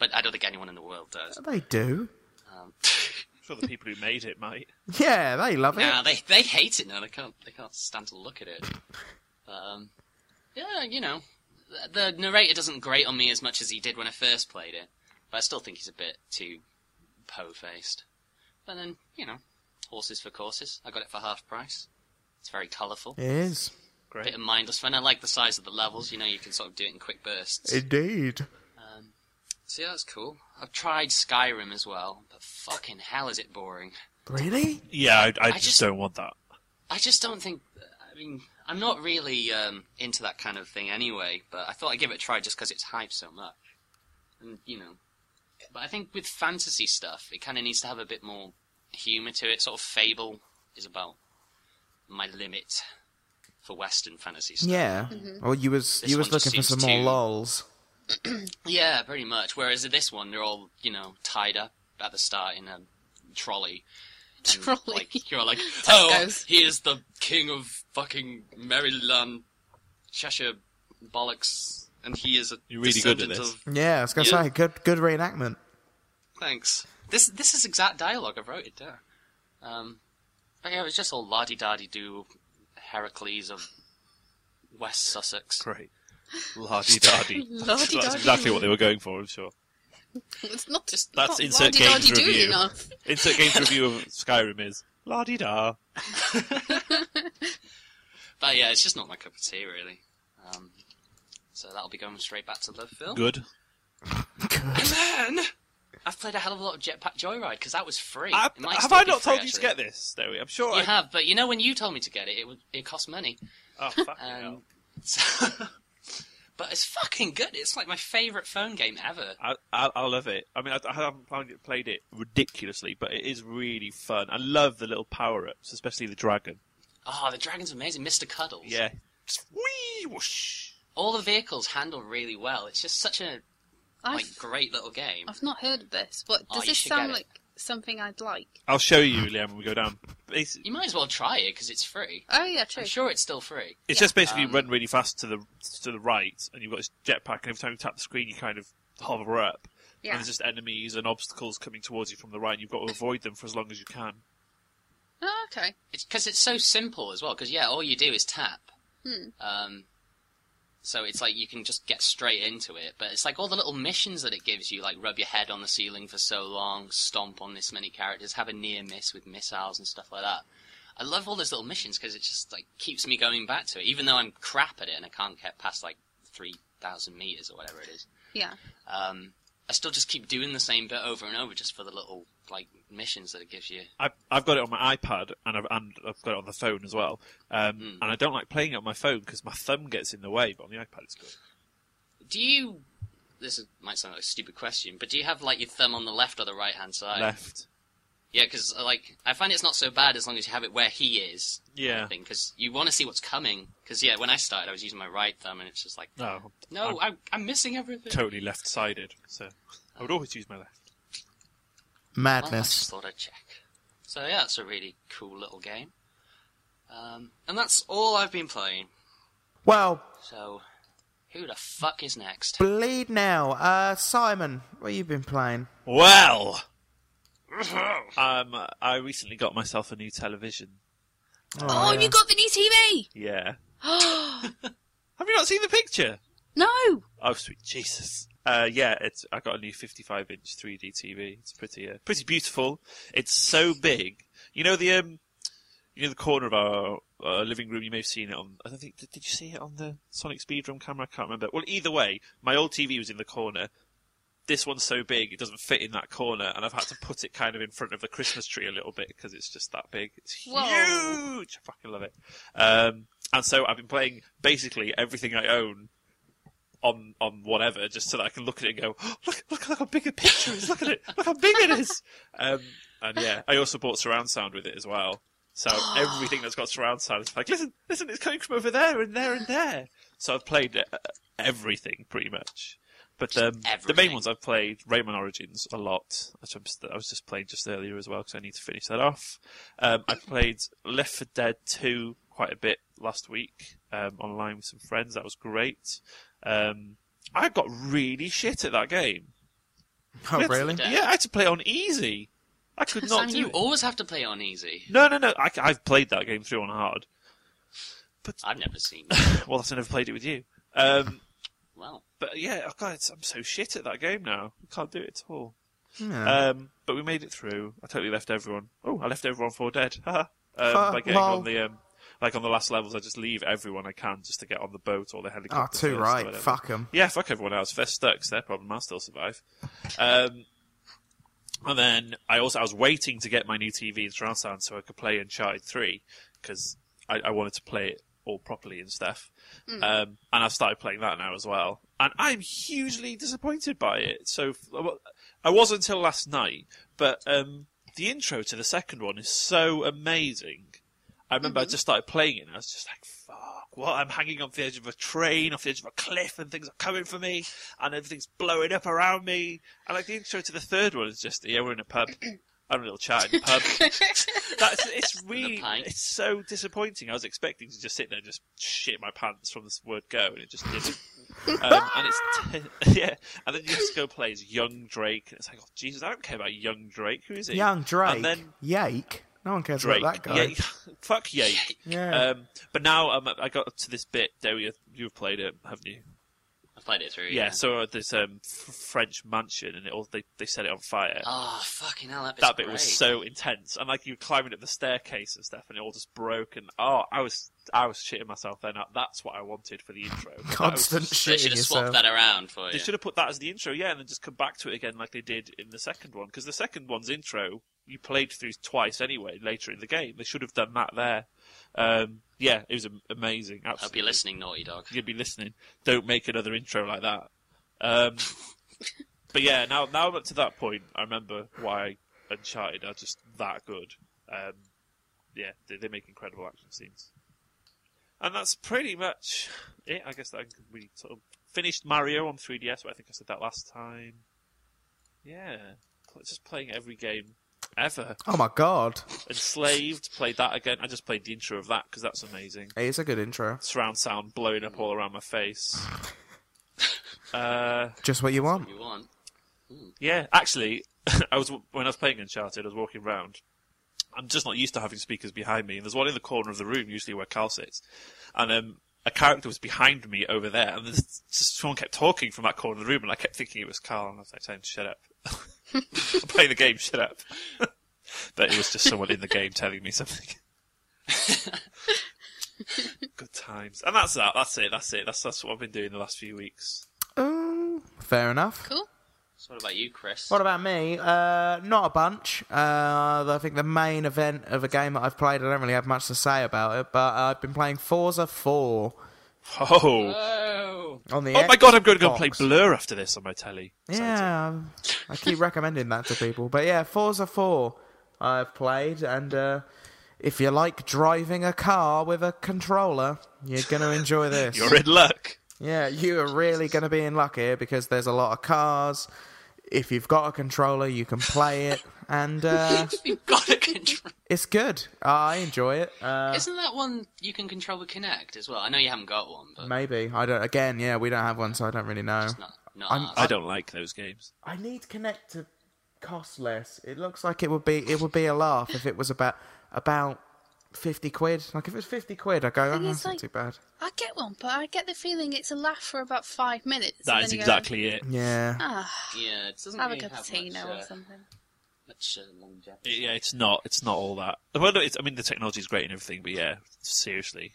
Speaker 1: But I don't think anyone in the world does.
Speaker 4: They do.
Speaker 1: Um,
Speaker 2: For the people who made it, mate.
Speaker 4: Yeah, they love it.
Speaker 1: nah, they they hate it now. They can't they can't stand to look at it. Um, yeah, you know, th- the narrator doesn't grate on me as much as he did when I first played it, but I still think he's a bit too po faced. But then you know, horses for courses. I got it for half price. It's very colourful.
Speaker 4: It is.
Speaker 1: Bit
Speaker 2: Great.
Speaker 1: of mindless fun. I like the size of the levels. You know, you can sort of do it in quick bursts.
Speaker 4: Indeed.
Speaker 1: Um, so yeah, that's cool. I've tried Skyrim as well, but fucking hell, is it boring?
Speaker 4: Really?
Speaker 2: Yeah, I, I, just,
Speaker 1: just-
Speaker 2: don't want that.
Speaker 1: I just don't think. I mean, I'm not really um, into that kind of thing anyway. But I thought I'd give it a try just because it's hyped so much, and you know. But I think with fantasy stuff, it kind of needs to have a bit more humour to it. Sort of fable is about my limit for Western fantasy stuff.
Speaker 4: Yeah. Well, you was
Speaker 1: This
Speaker 4: you was
Speaker 1: one just
Speaker 4: looking for some
Speaker 1: seems
Speaker 4: more
Speaker 1: too-
Speaker 4: lols.
Speaker 1: Yeah, pretty much. Whereas in this one, they're all you know tied up at the start in a trolley. And,
Speaker 3: Trolley.
Speaker 1: Like, you're like, oh,
Speaker 3: Tesco's.
Speaker 1: he is the king of fucking Maryland, um, Cheshire bollocks, and he is a
Speaker 2: You're really good at
Speaker 1: descendant
Speaker 2: this.
Speaker 1: of.
Speaker 4: Yeah, I was gonna
Speaker 1: Yeah.
Speaker 4: say good good reenactment.
Speaker 1: Thanks. This this is exact dialogue. I've wrote it down. Um, but yeah, it was just all lardy dardy do, Heracles of West Sussex.
Speaker 2: Great. Lardy dardy. That's
Speaker 3: Lardy-dardy.
Speaker 2: exactly what they were going for, I'm sure.
Speaker 3: It's not just
Speaker 2: That's
Speaker 3: not
Speaker 2: insert
Speaker 3: lardy-dardy
Speaker 2: games
Speaker 3: doing
Speaker 2: review.
Speaker 3: enough.
Speaker 2: Insert game's review of Skyrim is lardy da.
Speaker 1: But yeah, it's just not my cup of tea really. Um, so that'll be going straight back to the film.
Speaker 2: Good.
Speaker 1: And then I've played a hell of a lot of Jetpack Joyride because that was free.
Speaker 2: I,
Speaker 1: It might
Speaker 2: have
Speaker 1: still
Speaker 2: I
Speaker 1: be
Speaker 2: not
Speaker 1: free,
Speaker 2: told you to
Speaker 1: actually.
Speaker 2: get this, Stewie? I'm sure
Speaker 1: You
Speaker 2: I.
Speaker 1: have, but you know when you told me to get it, it would it cost money.
Speaker 2: Oh, fuck
Speaker 1: Um,
Speaker 2: hell.
Speaker 1: so- but it's fucking good. It's like my favorite phone game ever.
Speaker 2: I, I, I love it. I mean, I, I haven't found it, played it ridiculously, but it is really fun. I love the little power ups, especially the dragon.
Speaker 1: Oh, the dragon's amazing, Mr. Cuddles.
Speaker 2: Yeah. Just whee, whoosh.
Speaker 1: All the vehicles handle really well. It's just such a
Speaker 3: I've,
Speaker 1: like great little game.
Speaker 3: I've not heard of this. What
Speaker 1: Oh,
Speaker 3: does
Speaker 1: you
Speaker 3: this
Speaker 1: should get
Speaker 3: sound
Speaker 1: it.
Speaker 3: like? Something I'd like.
Speaker 2: I'll show you, Liam, when we go down. It's,
Speaker 1: You might as well try it because it's free.
Speaker 3: Oh yeah, true.
Speaker 1: I'm sure it's still free.
Speaker 2: it's
Speaker 3: Yeah.
Speaker 2: just basically
Speaker 1: Um,
Speaker 2: run really fast to the to the right, and you've got this jetpack, and every time you tap the screen, you kind of hover up.
Speaker 3: Yeah.
Speaker 2: And there's just enemies and obstacles coming towards you from the right, and you've got to avoid them for as long as you can.
Speaker 3: Oh, okay.
Speaker 1: It's because it's so simple as well. Because yeah, all you do is tap. Um, so it's like you can just get straight into it. But it's like all the little missions that it gives you, like rub your head on the ceiling for so long, stomp on this many characters, have a near miss with missiles and stuff like that. I love all those little missions because it just like keeps me going back to it, even though I'm crap at it and I can't get past like three thousand meters or whatever it is.
Speaker 3: Yeah.
Speaker 1: Um, I still just keep doing the same bit over and over just for the little like missions that it gives you.
Speaker 2: I've, I've got it on my iPad and I've, and I've got it on the phone as well. Um, And I don't like playing it on my phone because my thumb gets in the way, but on the iPad it's good.
Speaker 1: Do you? This is, might sound like a stupid question, but do you have like your thumb on the left or the right hand side?
Speaker 2: Left.
Speaker 1: Yeah, because like I find it's not so bad as long as you have it where he is.
Speaker 2: Yeah.
Speaker 1: Because you want to see what's coming. Because yeah, when I started, I was using my right thumb, and it's just like,
Speaker 2: No, Oh.
Speaker 1: no,
Speaker 2: I'm
Speaker 1: I'm, I'm missing everything.
Speaker 2: totally left sided, so I would always use my left.
Speaker 1: Well, Oh, I just
Speaker 4: Madness.
Speaker 1: thought I'd check. So yeah, it's a really cool little game. Um, and that's all I've been playing.
Speaker 4: Well,
Speaker 1: So, who the fuck is next?
Speaker 4: bleed now. Uh, Simon, what you been playing?
Speaker 2: Well! um, I recently got myself a new television.
Speaker 3: Oh,
Speaker 4: yeah.
Speaker 3: you got the new TV?
Speaker 2: Yeah. Have you not seen the picture?
Speaker 3: No.
Speaker 2: Oh, sweet Jesus. Uh, yeah, it's I got a new 55 inch 3D TV. It's pretty, uh, pretty beautiful. It's so big. You know the um, you know the corner of our uh, living room. You may have seen it on. I don't think did, did you see it on the Sonic Speedrun camera? I can't remember. Well, either way, my old TV was in the corner. This one's so big it doesn't fit in that corner, and I've had to put it kind of in front of the Christmas tree a little bit because it's just that big. It's
Speaker 3: Whoa.
Speaker 2: huge. I fucking love it. Um, and so I've been playing basically everything I own on on whatever, just so that I can look at it and go, "Oh, look, look, look how big the picture is. Look at it. Look how big it is. Um, and yeah, I also bought surround sound with it as well. So everything that's got surround sound is like, listen, listen, it's coming from over there and there and there. So I've played uh, everything pretty much. But um, the main
Speaker 1: everything.
Speaker 2: ones I've played Rayman Origins a lot, which I'm st- I was just playing just earlier as well because I need to finish that off. Um, I played Left 4 Dead 2 quite a bit last week um, online with some friends. That was great. Um, I got really shit at that game.
Speaker 4: Oh, really?
Speaker 1: Yeah.
Speaker 2: Yeah, I had to play it on easy. I could not
Speaker 1: Simon,
Speaker 2: do
Speaker 1: you
Speaker 2: it.
Speaker 1: always have to play on easy.
Speaker 2: No, no, no. I, have played that game through on hard.
Speaker 1: I've never seen.
Speaker 2: Well, that's I never played it with you. Um,
Speaker 1: well,
Speaker 2: but yeah, oh God, it's, I'm so shit at that game now. I can't do it at all.
Speaker 4: Yeah.
Speaker 2: Um, but we made it through. I totally left everyone. Oh, I left everyone for dead. Haha. um,
Speaker 4: Ah,
Speaker 2: by getting
Speaker 4: lol.
Speaker 2: on the um, like on the last levels, I just leave everyone I can just to get on the boat or the
Speaker 4: oh,
Speaker 2: helicopter.
Speaker 4: too
Speaker 2: first or
Speaker 4: right.
Speaker 2: whatever.
Speaker 4: Fuck them.
Speaker 2: Yeah, fuck everyone else. If they're stuck, it's their problem. I'll still survive. Um, and then I also I was waiting to get my new TV and surround sound so I could play Uncharted Three because I, I wanted to play it all properly and stuff. Um, and I've started playing that now as well, and I'm hugely disappointed by it. So well, I was until last night, but um, the intro to the second one is so amazing. I remember I just started playing it and I was just like, fuck, what? I'm hanging off the edge of a train, off the edge of a cliff, and things are coming for me, and everything's blowing up around me. And like the intro to the third one is just, yeah, we're in a pub. I'm a little chat in a pub. That's, it's really,
Speaker 1: pint.
Speaker 2: it's so disappointing. I was expecting to just sit there and just shit my pants from this word go, and it just didn't. Um, and it's yeah, and then you just go play as young Drake, and it's like, oh Jesus, I don't care about young Drake. Who is he?
Speaker 4: Young Drake.
Speaker 2: And then
Speaker 4: Yake. No one cares
Speaker 2: Drake.
Speaker 4: about that guy.
Speaker 2: Yeah, fuck Yake.
Speaker 4: Yeah.
Speaker 2: Um, but now um, I got up to this bit. There, you, you've played it, haven't you?
Speaker 1: I've played it through.
Speaker 2: Yeah. so uh, this um, f- French mansion, and it all, they they set it on fire.
Speaker 1: Oh fucking hell! That, bit's
Speaker 2: that bit was
Speaker 1: great.
Speaker 2: so intense, and like you were climbing up the staircase and stuff, and it all just broke. And oh, I was I was shitting myself then. That's what I wanted for the intro. That was
Speaker 4: Constant
Speaker 2: just-
Speaker 1: They
Speaker 4: shitting
Speaker 1: should have swapped
Speaker 4: yourself.
Speaker 1: that around for
Speaker 2: They
Speaker 1: you.
Speaker 2: should have put that as the intro, yeah, and then just come back to it again like they did in the second one. Because the second one's intro you played through twice anyway later in the game. They should have done that there. Um, yeah, it was am- amazing.
Speaker 1: Hope
Speaker 2: Absolutely.
Speaker 1: you're listening, Naughty Dog.
Speaker 2: You'd be listening. Don't make another intro like that. Um, but yeah, now now I'm up to that point. I remember why Uncharted are just that good. Um, yeah, they, they make incredible action scenes. And that's pretty much it. I guess that we sort of finished Mario on 3DS, but I think I said that last time. Yeah, pl- just playing every game ever.
Speaker 4: Oh my god.
Speaker 2: Enslaved, played that again. I just played the intro of that because that's amazing.
Speaker 4: It is a good intro.
Speaker 2: Surround sound blowing up all around my face. Uh,
Speaker 4: Just what you want.
Speaker 1: You want?
Speaker 2: yeah, actually, I was when I was playing Uncharted, I was walking around. I'm just not used to having speakers behind me, and there's one in the corner of the room, usually where Carl sits, and um, a character was behind me over there, and there's just someone kept talking from that corner of the room, and I kept thinking it was Carl, and I was like, "Time to shut up, I'm playing the game, shut up." but it was just someone in the game telling me something. Good times. And that's that. That's it. That's it. That's that's what I've been doing the last few weeks.
Speaker 4: Oh, fair enough.
Speaker 3: Cool.
Speaker 1: So what about you, Chris?
Speaker 4: What about me? Uh, not a bunch. Uh, I think the main event of a game that I've played, I don't really have much to say about it, but uh, I've been playing Forza 4
Speaker 2: Oh.
Speaker 1: Whoa!
Speaker 4: on the
Speaker 2: Oh my god, I'm going to go and
Speaker 4: Xbox.
Speaker 2: play Blur after this on my telly.
Speaker 4: Yeah, um, I keep recommending that to people. But yeah, Forza 4 I've played, and uh, if you like driving a car with a controller, you're going to enjoy this.
Speaker 2: You're in luck.
Speaker 4: Yeah, you are really going to be in luck here because there's a lot of cars. If you've got a controller, you can play it, and uh,
Speaker 1: You've got to control.
Speaker 4: it's good. I enjoy it. Uh,
Speaker 1: Isn't that one you can control with Kinect as well? I know you haven't got one, but
Speaker 4: maybe I don't. Again, yeah, we don't have one, so I don't really know.
Speaker 1: it's not. not
Speaker 4: I'm-
Speaker 1: ours.
Speaker 2: I don't like those games.
Speaker 4: I need Connect to cost less. It looks like it would be it would be a laugh if it was about about fifty quid. Like if it was fifty quid, I go, oh,
Speaker 3: Thing is,
Speaker 4: that's not
Speaker 3: like-
Speaker 4: too bad.
Speaker 3: I get one, but I get the feeling it's a laugh for about five minutes. and
Speaker 2: That is
Speaker 3: then you go,
Speaker 2: exactly it.
Speaker 4: Yeah,
Speaker 3: Ah,
Speaker 1: Yeah, it doesn't
Speaker 3: have a
Speaker 1: really
Speaker 3: cup of
Speaker 1: have
Speaker 3: tea
Speaker 1: much,
Speaker 3: now
Speaker 1: uh,
Speaker 3: or something.
Speaker 1: much uh, longevity.
Speaker 2: Yeah, it's not. It's not all that. Well, no, it's, I mean, the technology is great and everything, but yeah, seriously,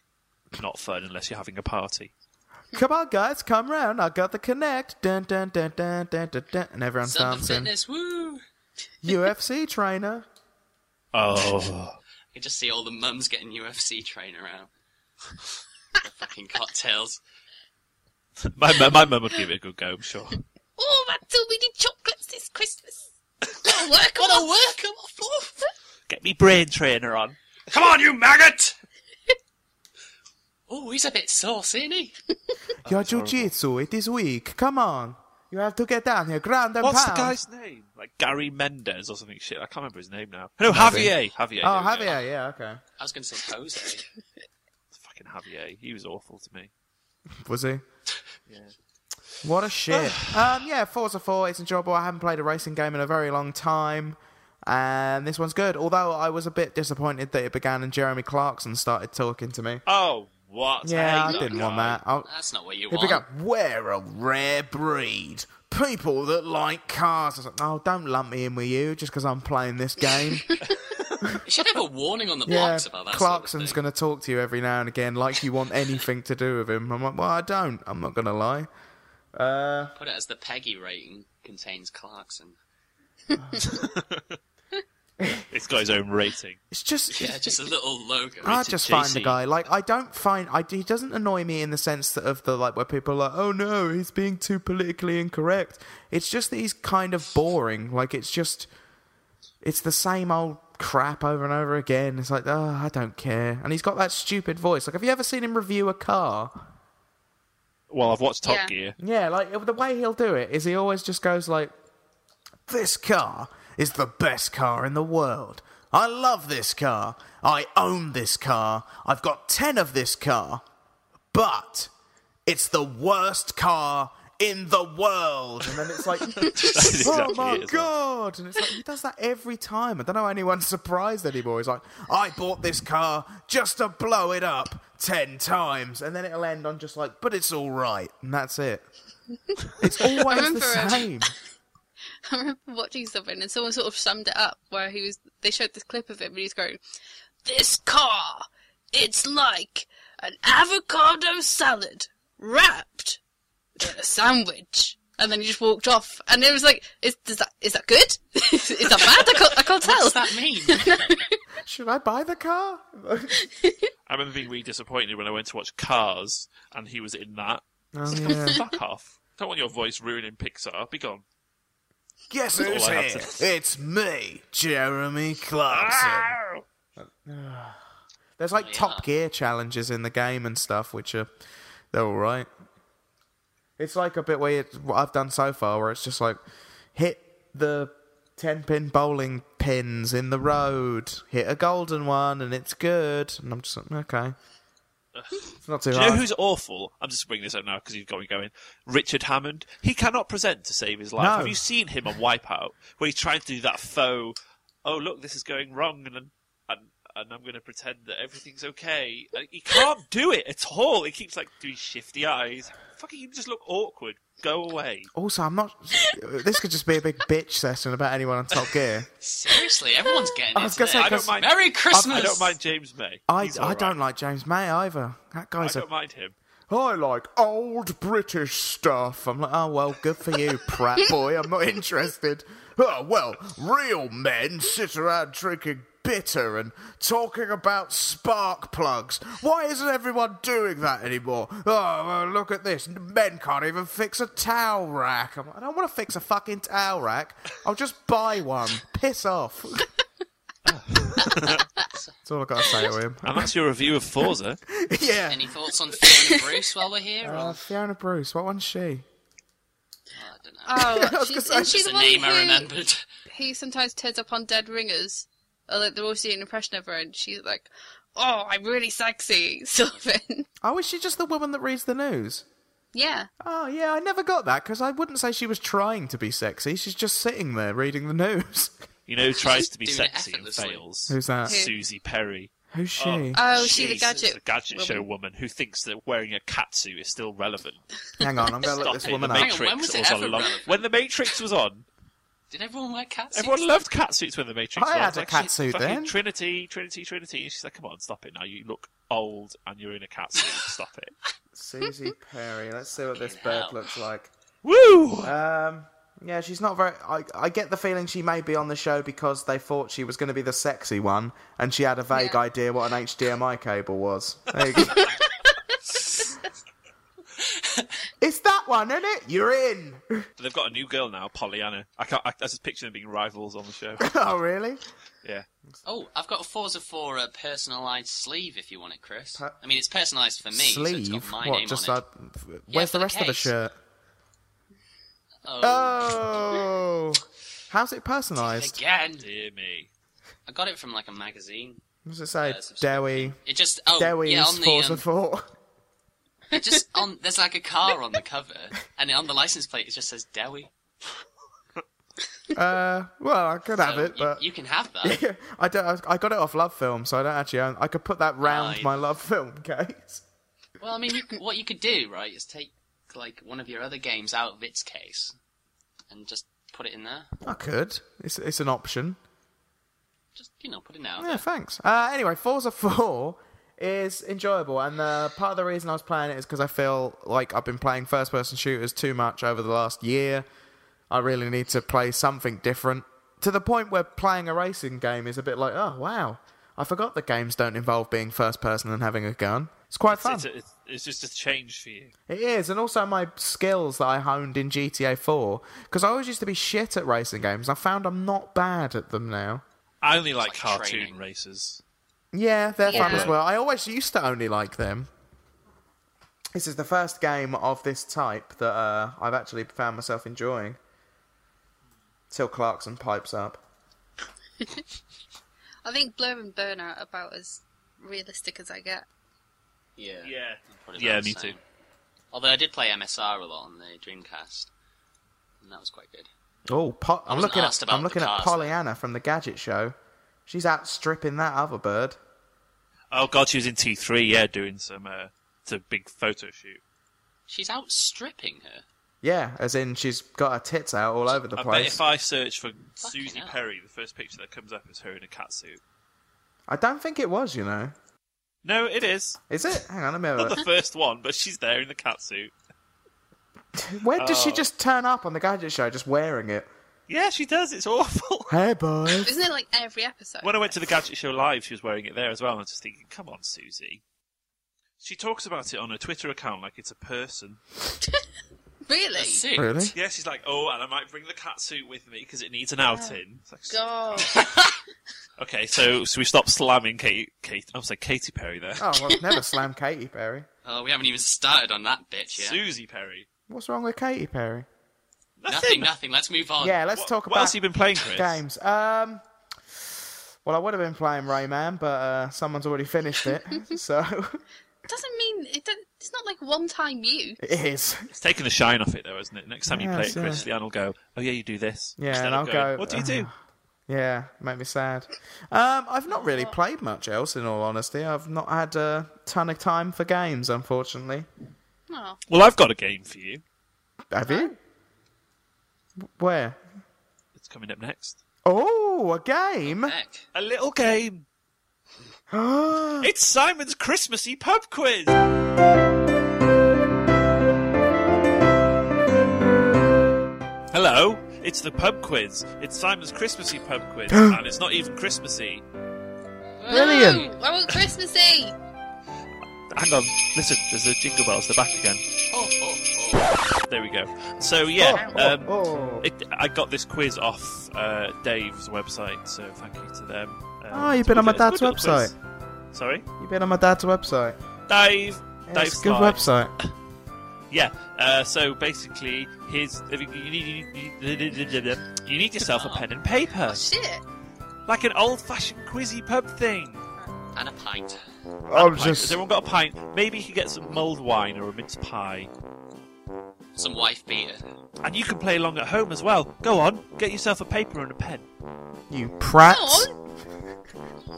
Speaker 2: not fun unless you're having a party.
Speaker 4: come on, guys, come round. I got the Connect. Dun dun dun dun dun dun, dun. and everyone's
Speaker 1: Summer
Speaker 4: dancing.
Speaker 1: fitness, woo!
Speaker 4: UFC trainer.
Speaker 2: Oh,
Speaker 1: I can just see all the mums getting UFC train around. the fucking cocktails.
Speaker 2: my mu- my mum would give it a good go, I'm sure.
Speaker 3: Oh, that too many chocolates this Christmas. What a work!
Speaker 1: What
Speaker 3: What
Speaker 1: a work I'm off for!
Speaker 2: Get me brain trainer on.
Speaker 1: Come on, you maggot! oh, he's a bit saucy, isn't he?
Speaker 4: Your jiu-jitsu, it is weak. Come on, you have to get down here, ground and
Speaker 2: What's the
Speaker 4: pound.
Speaker 2: guy's name? Like Gary Mendez or something shit. I can't remember his name now. No, Javier. Javier.
Speaker 4: Oh,
Speaker 2: there we go.
Speaker 4: Javier, yeah, okay.
Speaker 1: I was going to say Jose.
Speaker 2: Fucking Javier. He was awful to me.
Speaker 4: Was he? Yeah. What a shit. um, yeah, Forza 4, it's enjoyable. I haven't played a racing game in a very long time. And this one's good. Although I was a bit disappointed that it began and Jeremy Clarkson started talking to me.
Speaker 2: Oh, what?
Speaker 4: Yeah, I
Speaker 2: Hey,
Speaker 4: didn't
Speaker 2: guy.
Speaker 4: want that. Oh, I,
Speaker 1: That's not what you
Speaker 4: it
Speaker 1: want.
Speaker 4: began, we're a rare breed. People that like cars. I was like, oh, don't lump me in with you just because I'm playing this game.
Speaker 1: You should have a warning on the
Speaker 4: yeah,
Speaker 1: box about that
Speaker 4: Clarkson's
Speaker 1: sort of
Speaker 4: going to talk to you every now and again like you want anything to do with him. I'm like, well, I don't. I'm not going to lie.
Speaker 1: thing. Put it as the Peggy rating contains Clarkson.
Speaker 2: It's got his own rating.
Speaker 4: It's just,
Speaker 1: Yeah, just a little logo.
Speaker 4: I
Speaker 2: Rated
Speaker 4: just find the
Speaker 2: JC.
Speaker 4: guy like I don't find I he doesn't annoy me in the sense that of the like where people are like oh no he's being too politically incorrect. It's just that he's kind of boring. Like it's just it's the same old crap over and over again. It's like oh I don't care. And he's got that stupid voice. Like have you ever seen him review a car?
Speaker 2: Well, I've watched Top
Speaker 3: Yeah.
Speaker 2: Gear.
Speaker 4: Yeah, like the way he'll do it is he always just goes like this car is the best car in the world. I love this car. I own this car. I've got 10 of this car. But it's the worst car in the world. And then it's like,
Speaker 2: That is
Speaker 4: oh
Speaker 2: exactly
Speaker 4: my
Speaker 2: it as well.
Speaker 4: God. And it's like, he does that every time. I don't know anyone's surprised anymore. He's like, I bought this car just to blow it up 10 times. And then it'll end on just like, but it's all right. And that's it. It's always
Speaker 3: remember,
Speaker 4: the
Speaker 3: uh,
Speaker 4: same.
Speaker 3: I remember watching something and someone sort of summed it up where he was. They showed this clip of him and he's going, "This car, it's like an avocado salad wrapped in a sandwich." And then he just walked off, and it was like, "Is does that is that good? is that bad? I can't, I can't
Speaker 1: What's
Speaker 3: tell."
Speaker 1: that mean?
Speaker 4: Should I buy the car?
Speaker 2: I remember being really disappointed when I went to watch Cars and he was in that.
Speaker 4: Oh, yeah.
Speaker 2: Fuck off. Don't want your voice ruining Pixar. Be gone.
Speaker 4: Guess
Speaker 2: all
Speaker 4: who's
Speaker 2: I
Speaker 4: here?
Speaker 2: have to-
Speaker 4: It's me, Jeremy Clarkson.
Speaker 2: Ow!
Speaker 4: There's like
Speaker 1: yeah.
Speaker 4: Top Gear challenges in the game and stuff, which are they're all right. It's like a bit where it's, what I've done so far, where it's just like hit the ten pin bowling pins in the road, hit a golden one, and it's good. And I'm just like, okay, it's not too
Speaker 2: Do you know
Speaker 4: hard.
Speaker 2: who's awful? I'm just bringing this up now because you've got me going. Richard Hammond. He cannot present to save his life.
Speaker 4: No.
Speaker 2: Have you seen him on Wipeout where he's trying to do that faux? Oh look, this is going wrong, and and, and I'm going to pretend that everything's okay. And he can't do it at all. He keeps like doing shifty eyes. Fucking, you just look awkward. Go away.
Speaker 4: Also, I'm not. This could just be a big bitch session about anyone on Top Gear.
Speaker 1: Seriously, everyone's getting
Speaker 4: I was
Speaker 1: into
Speaker 4: gonna say,
Speaker 1: this.
Speaker 2: I don't
Speaker 4: 'cause
Speaker 2: mind.
Speaker 1: Merry Christmas.
Speaker 2: I, I don't mind James May.
Speaker 4: I,
Speaker 2: He's
Speaker 4: I
Speaker 2: alright.
Speaker 4: don't like James May either. That
Speaker 2: I
Speaker 4: guy's a.
Speaker 2: don't mind him.
Speaker 4: I like old British stuff. I'm like, oh well, good for you, prat boy. I'm not interested. Oh well, real men sit around drinking bitter and talking about spark plugs. Why isn't everyone doing that anymore? Oh, well, look at this. Men can't even fix a towel rack. I'm like, I don't want to fix a fucking towel rack. I'll just buy one. Piss off. That's all I gotta say to him.
Speaker 2: And that's your review of Forza.
Speaker 4: yeah.
Speaker 1: Any thoughts on Fiona Bruce while we're here? Or,
Speaker 4: Uh, Fiona Bruce, what one's she?
Speaker 1: I don't know.
Speaker 3: Oh,
Speaker 4: was
Speaker 3: she's,
Speaker 4: gonna
Speaker 3: and
Speaker 4: say-
Speaker 3: she's
Speaker 1: It's
Speaker 3: the
Speaker 1: a
Speaker 3: one
Speaker 1: name I
Speaker 3: who,
Speaker 1: remembered.
Speaker 3: who sometimes turns up on dead ringers, or like they're always doing an impression of her, and she's like, "Oh, I'm really sexy," sort of thing.
Speaker 4: Oh, is she just the woman that reads the news?
Speaker 3: Yeah,
Speaker 4: Oh, yeah, I never got that because I wouldn't say she was trying to be sexy. She's just sitting there reading the news.
Speaker 2: You know, who tries to be
Speaker 1: doing it
Speaker 2: sexy and
Speaker 1: effortlessly.
Speaker 2: fails.
Speaker 4: Who's that?
Speaker 2: Susie Perry.
Speaker 4: Who's she?
Speaker 3: Oh, she's a gadget
Speaker 2: the gadget show
Speaker 3: woman.
Speaker 2: woman who thinks that wearing a catsuit is still relevant.
Speaker 4: Hang on, I'm going to
Speaker 2: Stop
Speaker 4: look this
Speaker 2: it.
Speaker 4: woman
Speaker 2: the
Speaker 4: up.
Speaker 1: Hang on,
Speaker 2: Matrix
Speaker 1: when was it
Speaker 2: was
Speaker 1: ever
Speaker 2: on. long-
Speaker 1: relevant?
Speaker 2: When the Matrix was on,
Speaker 1: Did everyone wear catsuits?
Speaker 2: everyone loved catsuits. When the Matrix,
Speaker 4: I
Speaker 2: was on.
Speaker 4: had
Speaker 2: It's
Speaker 4: a
Speaker 2: like,
Speaker 4: catsuit
Speaker 2: fucking
Speaker 4: then.
Speaker 2: Trinity, Trinity, Trinity. And she's like, come on, stop it now. You look old and you're in a catsuit. stop it.
Speaker 4: Susie Perry. Let's see what this
Speaker 1: Fucking hell.
Speaker 4: bird looks like.
Speaker 2: Woo!
Speaker 4: Um, yeah, she's not very. I, I get the feeling she may be on the show because they thought she was going to be the sexy one, and she had a vague
Speaker 3: Yeah.
Speaker 4: idea what an HDMI cable was. There you go. it's that one, isn't it? You're in.
Speaker 2: But they've got a new girl now, Pollyanna. I can't. I, I just picture them being rivals on the show.
Speaker 4: oh, really?
Speaker 2: Yeah.
Speaker 1: Oh, I've got a Forza 4 uh, personalised sleeve if you want it, Chris. I mean, it's personalised for me, so it's
Speaker 4: Sleeve?
Speaker 1: got my
Speaker 4: what?
Speaker 1: name
Speaker 4: Just
Speaker 1: on
Speaker 4: like.
Speaker 1: it.
Speaker 4: Where's
Speaker 1: Yeah, for
Speaker 4: the
Speaker 1: the
Speaker 4: rest of the
Speaker 1: case.
Speaker 4: shirt? Uh,
Speaker 1: Oh,
Speaker 4: Oh. How's it personalised?
Speaker 1: again.
Speaker 2: Dear me.
Speaker 1: I got it from like a magazine.
Speaker 4: What does it say?
Speaker 1: Uh, subscription.
Speaker 4: Dowie.
Speaker 1: It just oh
Speaker 4: Dowie's
Speaker 1: yeah on the
Speaker 4: Forza
Speaker 1: um,
Speaker 4: 4.
Speaker 1: it just on there's like a car on the cover and on the license plate it just says Dowie.
Speaker 4: Uh, well, I could have
Speaker 1: So
Speaker 4: it,
Speaker 1: you,
Speaker 4: but.
Speaker 1: you can have that.
Speaker 4: I don't. I got it off Love Film, so I don't actually own. I could put that round
Speaker 1: Nice.
Speaker 4: my Love Film case.
Speaker 1: well, I mean, you, can- what you could do right is take like one of your other games out of its case and just put it in there.
Speaker 4: I could. It's it's an option.
Speaker 1: Just you know, put it out.
Speaker 4: Yeah, thanks. Uh, anyway, Forza Four is enjoyable, and uh, part of the reason I was playing it is because I feel like I've been playing first-person shooters too much over the last year. I really need to play something different to the point where playing a racing game is a bit like, oh wow, I forgot that games don't involve being first-person and having a gun. It's quite fun.
Speaker 2: It's, it's, it's just a change for you.
Speaker 4: It is, and also my skills that I honed in GTA 4 because I always used to be shit at racing games. I found I'm not bad at them now.
Speaker 2: I only like,
Speaker 1: like
Speaker 2: cartoon
Speaker 1: training.
Speaker 2: races.
Speaker 4: Yeah, they're fun
Speaker 3: Yeah.
Speaker 4: as well. I always used to only like them. This is the first game of this type that uh, I've actually found myself enjoying. Till Clarkson pipes up.
Speaker 3: I think Blur and Burn are about as realistic as I get.
Speaker 1: Yeah. Probably
Speaker 2: Yeah,
Speaker 1: about
Speaker 2: me
Speaker 1: the
Speaker 2: too.
Speaker 1: same. Although I did play MSR a lot on the Dreamcast, and that was quite good.
Speaker 4: Oh, po- I'm
Speaker 1: wasn't
Speaker 4: looking
Speaker 1: asked
Speaker 4: at
Speaker 1: about
Speaker 4: I'm
Speaker 1: the
Speaker 4: looking at
Speaker 1: cars,
Speaker 4: Pollyanna from the Gadget Show. She's outstripping that other bird.
Speaker 2: Oh god, she was in T three, yeah, doing some uh it's a big photo shoot.
Speaker 1: She's outstripping her.
Speaker 4: Yeah, as in she's got her tits out all over the
Speaker 2: I bet
Speaker 4: place.
Speaker 2: if I search for Susie
Speaker 1: hell.
Speaker 2: Perry, the first picture that comes up is her in a catsuit.
Speaker 4: I don't think it was, you know.
Speaker 2: No, it is.
Speaker 4: Is it? Hang on, let me have a
Speaker 2: Not the
Speaker 4: minute.
Speaker 2: first one, but she's there in the catsuit.
Speaker 4: Where does she
Speaker 2: Oh.
Speaker 4: just turn up on the gadget show just wearing it?
Speaker 2: Yeah, she does. It's awful.
Speaker 4: Hey, boy.
Speaker 3: Isn't it like every episode?
Speaker 2: When I went to the Gadget Show Live, she was wearing it there as well. And I was just thinking, come on, Susie. She talks about it on her Twitter account like it's a person.
Speaker 3: really?
Speaker 1: That's sick.
Speaker 4: Really?
Speaker 2: Yeah, she's like, oh, and I might bring the catsuit with me because it needs an outing. It's like,
Speaker 3: God.
Speaker 2: okay, so so we stopped slamming Kate. Kate I was like Katy Perry there.
Speaker 4: Oh, well, never slam Katy Perry.
Speaker 1: Oh, we haven't even started on that bitch yet.
Speaker 2: Susie Perry.
Speaker 4: What's wrong with Katy Perry?
Speaker 1: Nothing, nothing. Let's move on.
Speaker 4: Yeah, let's
Speaker 2: What,
Speaker 4: talk
Speaker 2: Uh, what else
Speaker 4: about
Speaker 2: have you been playing, Chris?
Speaker 4: games. Um, well, I would have been playing Rayman, but uh, someone's already finished it, so
Speaker 3: Doesn't mean it. do it's not like one time you.
Speaker 4: it is.
Speaker 2: It's taking the shine off it, though, isn't it? Next time you play
Speaker 4: Yes,
Speaker 2: it, Chris,
Speaker 4: yeah.
Speaker 2: Leanne will go, oh, yeah, you do this.
Speaker 4: Yeah,
Speaker 2: Instead
Speaker 4: and
Speaker 2: of
Speaker 4: I'll
Speaker 2: going,
Speaker 4: go, uh,
Speaker 2: What do you do?
Speaker 4: Yeah, make me sad. Um, I've not really played much else, in all honesty. I've not had a ton of time for games, unfortunately.
Speaker 3: Oh,
Speaker 2: Well, I've got a game for you.
Speaker 4: Have you? Where?
Speaker 2: It's coming up next.
Speaker 4: Oh, a game.
Speaker 2: Uh,
Speaker 1: Heck.
Speaker 2: A little game.
Speaker 4: Oh,
Speaker 2: it's Simon's Christmassy pub quiz. Hello, it's the pub quiz. It's Simon's Christmassy pub quiz, and it's not even Christmassy.
Speaker 4: Brilliant.
Speaker 3: Woo! Oh, I want Christmassy.
Speaker 2: Hang on, listen. There's the jingle bells. They're back again.
Speaker 1: Oh, oh, oh.
Speaker 2: There we go. So yeah,
Speaker 4: Oh,
Speaker 2: um,
Speaker 4: oh.
Speaker 2: It, I got this quiz off uh, Dave's website, so thank you to them. Um,
Speaker 4: Oh, you've
Speaker 2: so
Speaker 4: been on
Speaker 2: we
Speaker 4: my
Speaker 2: did- it's
Speaker 4: dad's
Speaker 2: a good little quiz.
Speaker 4: website.
Speaker 2: Sorry,
Speaker 4: You've been on my dad's website.
Speaker 2: Dave.
Speaker 4: Yeah,
Speaker 2: Dave's
Speaker 4: it's a good
Speaker 2: site.
Speaker 4: website.
Speaker 2: Yeah. Uh, so basically, his you need, you, need, you need yourself a pen and
Speaker 4: Uh,
Speaker 2: paper,
Speaker 3: Shit.
Speaker 2: like an old-fashioned quizzy pub thing.
Speaker 1: And a pint.
Speaker 4: I'm
Speaker 2: Like, has everyone got a pint? Maybe you can get some mulled wine or a mince pie,
Speaker 1: Some wife beater.
Speaker 2: and you can play along at home as well. Go on, get yourself a paper and a pen.
Speaker 4: You
Speaker 3: Go
Speaker 4: prat.
Speaker 3: on,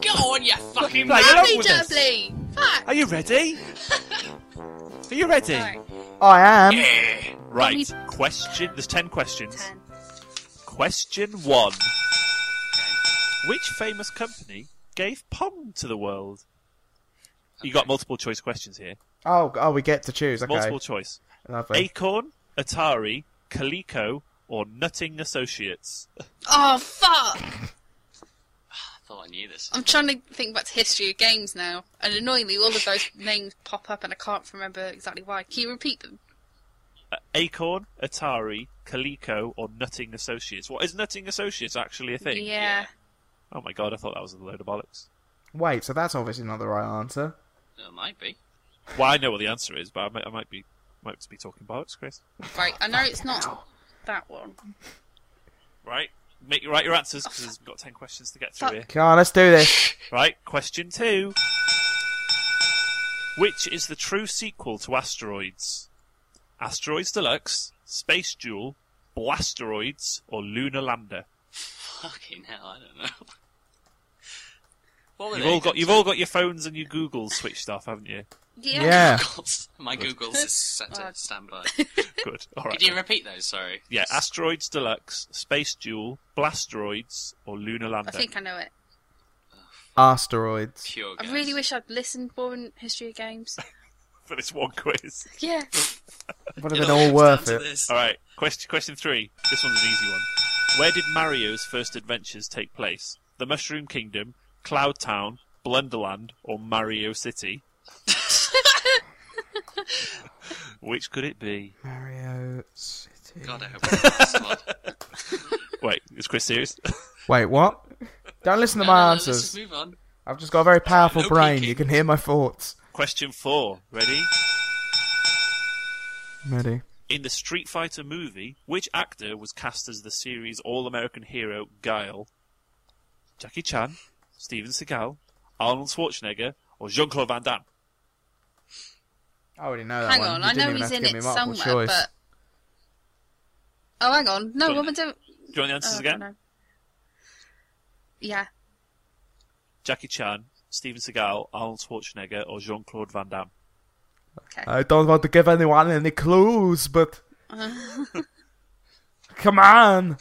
Speaker 1: Go on, you fucking
Speaker 2: Play
Speaker 1: man!
Speaker 2: along
Speaker 3: Happy
Speaker 2: with us.
Speaker 3: Dudley. Fuck.
Speaker 2: Are you ready? Are you ready?
Speaker 3: Sorry.
Speaker 4: I am.
Speaker 2: Right.
Speaker 3: Only-
Speaker 2: Question. There's ten questions.
Speaker 3: Ten.
Speaker 2: Question one. Which famous company gave Pong to the world? You got multiple choice questions here.
Speaker 4: Oh, oh, we get to choose. Okay,
Speaker 2: Multiple choice.
Speaker 4: lovely.
Speaker 2: Acorn, Atari, Coleco, or Nutting Associates.
Speaker 3: Oh fuck!
Speaker 1: I thought I knew this.
Speaker 3: I'm trying to think back to history of games now, and annoyingly, all of those names pop up, and I can't remember exactly why. Can you repeat them?
Speaker 2: Uh, Acorn, Atari, Coleco, or Nutting Associates. What is Nutting Associates actually a thing?
Speaker 3: Yeah.
Speaker 2: Oh my god, I thought that was a load of bollocks.
Speaker 4: Wait, so that's obviously not the right answer.
Speaker 1: It might be.
Speaker 2: Well, I know what the answer is, but I might, I might be might just be talking bollocks, Chris.
Speaker 3: Right. I know it's not that one.
Speaker 2: Right, make write your answers because we've got ten questions to get through
Speaker 3: Fuck.
Speaker 2: here.
Speaker 4: Come on, ah, let's do this.
Speaker 2: Right, question two. Which is the true sequel to Asteroids? Asteroids Deluxe, Space Duel, Blasteroids, or Lunar Lander?
Speaker 1: Fucking hell, I don't know. What were
Speaker 2: You've
Speaker 1: they
Speaker 2: all got
Speaker 1: again?
Speaker 2: you've all got your phones and your Googles switched off, haven't you?
Speaker 3: Yeah.
Speaker 4: Yeah.
Speaker 1: Googles. My Google's is set to
Speaker 3: Right.
Speaker 1: standby.
Speaker 2: Good. All right.
Speaker 1: Could you repeat those? Sorry.
Speaker 2: Yeah, Asteroids Deluxe, Space Duel, Blasteroids, or Lunar
Speaker 3: I
Speaker 2: Lander.
Speaker 3: think I know it.
Speaker 4: Asteroids.
Speaker 1: Pure guess.
Speaker 3: I really wish I'd listened more in history of games.
Speaker 2: For this one quiz.
Speaker 3: Yeah.
Speaker 4: Would have
Speaker 1: It
Speaker 4: been
Speaker 1: all
Speaker 4: all
Speaker 1: comes
Speaker 4: worth
Speaker 1: down to
Speaker 4: it.
Speaker 1: this.
Speaker 2: All right. Question question three. This one's an easy one. Where did Mario's first adventures take place? The Mushroom Kingdom, Cloud Town, Blunderland, or Mario City? Which could it be?
Speaker 4: Mario City.
Speaker 1: God, I hope it's the last one.
Speaker 2: Wait, is Chris serious?
Speaker 4: Wait, what? Don't listen to
Speaker 1: No, no,
Speaker 4: my
Speaker 1: no, let's just
Speaker 4: answers.
Speaker 1: move on.
Speaker 4: I've just got a very powerful
Speaker 1: No
Speaker 4: brain.
Speaker 1: peeking.
Speaker 4: You can hear my thoughts.
Speaker 2: Question four. Ready?
Speaker 4: Ready?
Speaker 2: In the Street Fighter movie, which actor was cast as the series all-American hero Guile? Jackie Chan, Steven Seagal, Arnold Schwarzenegger, or Jean-Claude Van Damme?
Speaker 4: I already know that
Speaker 3: hang
Speaker 4: one.
Speaker 3: on.
Speaker 4: You
Speaker 3: I
Speaker 4: didn't
Speaker 3: know
Speaker 4: even
Speaker 3: he's
Speaker 4: have
Speaker 3: in
Speaker 4: to give
Speaker 3: it
Speaker 4: me multiple
Speaker 3: somewhere,
Speaker 4: choice.
Speaker 3: but. Oh, hang on. No,
Speaker 2: Go on
Speaker 3: well, we don't.
Speaker 2: Do you want the answers
Speaker 3: Oh, I
Speaker 2: again?
Speaker 3: don't know. Yeah.
Speaker 2: Jackie Chan, Steven Seagal, Arnold Schwarzenegger, or Jean Claude Van Damme?
Speaker 3: Okay.
Speaker 4: I don't want to give anyone any clues, but come on.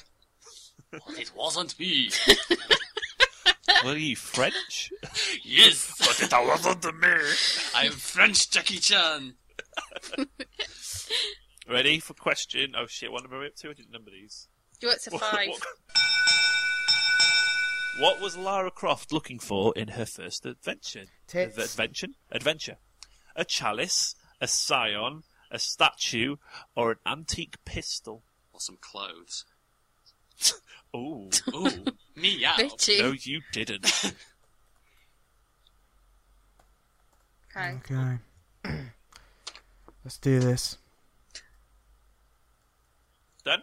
Speaker 1: Well, it wasn't me.
Speaker 2: Were you French?
Speaker 1: yes, but it-
Speaker 2: that wasn't me.
Speaker 1: I'm French Jackie Chan.
Speaker 2: Ready for question? Oh shit! What number are we up to? I didn't number these.
Speaker 3: Do it to
Speaker 2: What,
Speaker 3: five.
Speaker 2: what- what was Lara Croft looking for in her first adventure?
Speaker 4: Tits.
Speaker 2: Adventure? Adventure. A chalice, a scion, a statue, or an antique pistol?
Speaker 1: Or some clothes.
Speaker 2: Ooh,
Speaker 1: Ooh, meow.
Speaker 3: Bitchy.
Speaker 2: no, you didn't.
Speaker 3: Okay.
Speaker 4: Okay. Let's do this.
Speaker 2: Done.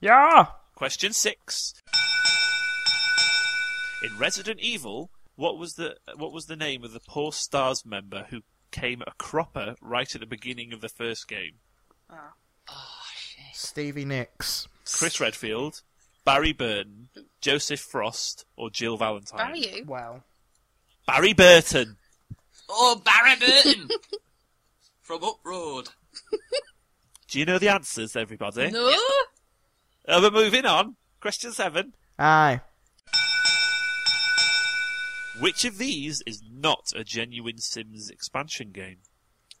Speaker 4: Yeah.
Speaker 2: Question six. In Resident Evil, what was the what was the name of the poor stars member who came a cropper right at the beginning of the first game?
Speaker 1: Oh, shit.
Speaker 4: Stevie Nicks.
Speaker 2: Chris Redfield, Barry Burton, Joseph Frost, or Jill Valentine?
Speaker 3: Barry you?
Speaker 5: Wow.
Speaker 2: Barry Burton.
Speaker 1: Oh, Barry Burton from Up Road.
Speaker 2: Do you know the answers, everybody?
Speaker 3: No.
Speaker 2: Uh, we're moving on. Question seven.
Speaker 4: Aye.
Speaker 2: Which of these is not a genuine Sims expansion game?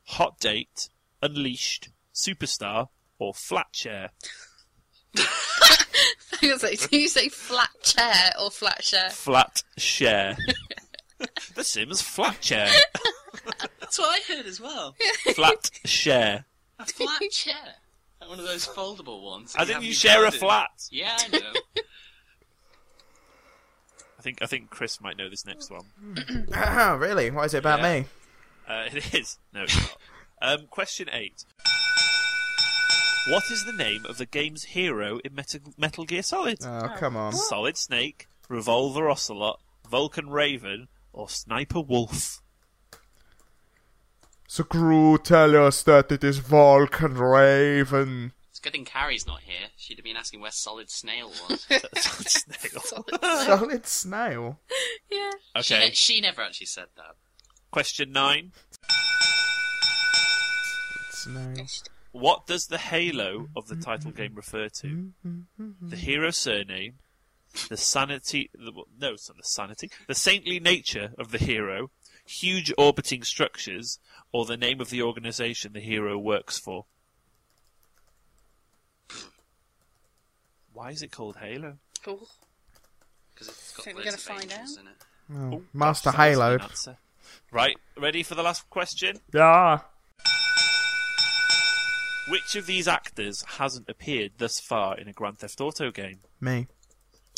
Speaker 2: Hot Date, Unleashed, Superstar, or Flat Chair?
Speaker 3: Hang on a sec. Do you say flat chair or flat share?
Speaker 2: Flat Share. the Sims Flat Chair.
Speaker 1: That's what I heard as well.
Speaker 2: Flat Share.
Speaker 1: A flat chair. Like One of those foldable ones.
Speaker 2: I
Speaker 1: that
Speaker 2: think
Speaker 1: have
Speaker 2: you
Speaker 1: in
Speaker 2: share a
Speaker 1: garden.
Speaker 2: flat.
Speaker 1: Yeah, I know.
Speaker 2: I think I think Chris might know this next one.
Speaker 4: Ah, really? Why is it about
Speaker 2: Yeah.
Speaker 4: me?
Speaker 2: Uh, it is. No, it's not. Um, question eight. What is the name of the game's hero in Metal, Metal Gear Solid?
Speaker 4: Oh, come on.
Speaker 2: Solid Snake, Revolver Ocelot, Vulcan Raven, or Sniper Wolf?
Speaker 4: Screw tell us that it is Vulcan Raven.
Speaker 1: it's a good thing Carrie's not here. She'd have been asking where Solid Snail was.
Speaker 2: Solid Snake.
Speaker 4: Solid snail.
Speaker 3: Yeah.
Speaker 1: she,
Speaker 2: Okay.
Speaker 1: ne- she never actually said that.
Speaker 2: Question nine.
Speaker 4: Snail.
Speaker 2: What does the halo of the title game refer to? The hero surname, the sanity, the, no, it's not the sanity, the saintly nature of the hero, huge orbiting structures, or the name of the organization the hero works for? Why is it called Halo?
Speaker 3: Cool.
Speaker 1: Because it's got
Speaker 3: Think we're
Speaker 1: loads of
Speaker 3: gonna find
Speaker 1: angels
Speaker 3: out?
Speaker 1: in it.
Speaker 2: Oh,
Speaker 4: Master
Speaker 2: gosh, that wasn't
Speaker 4: Halo.
Speaker 2: an answer. Right, ready for the last question?
Speaker 4: Yeah.
Speaker 2: Which of these actors hasn't appeared thus far in a Grand Theft Auto game?
Speaker 4: Me.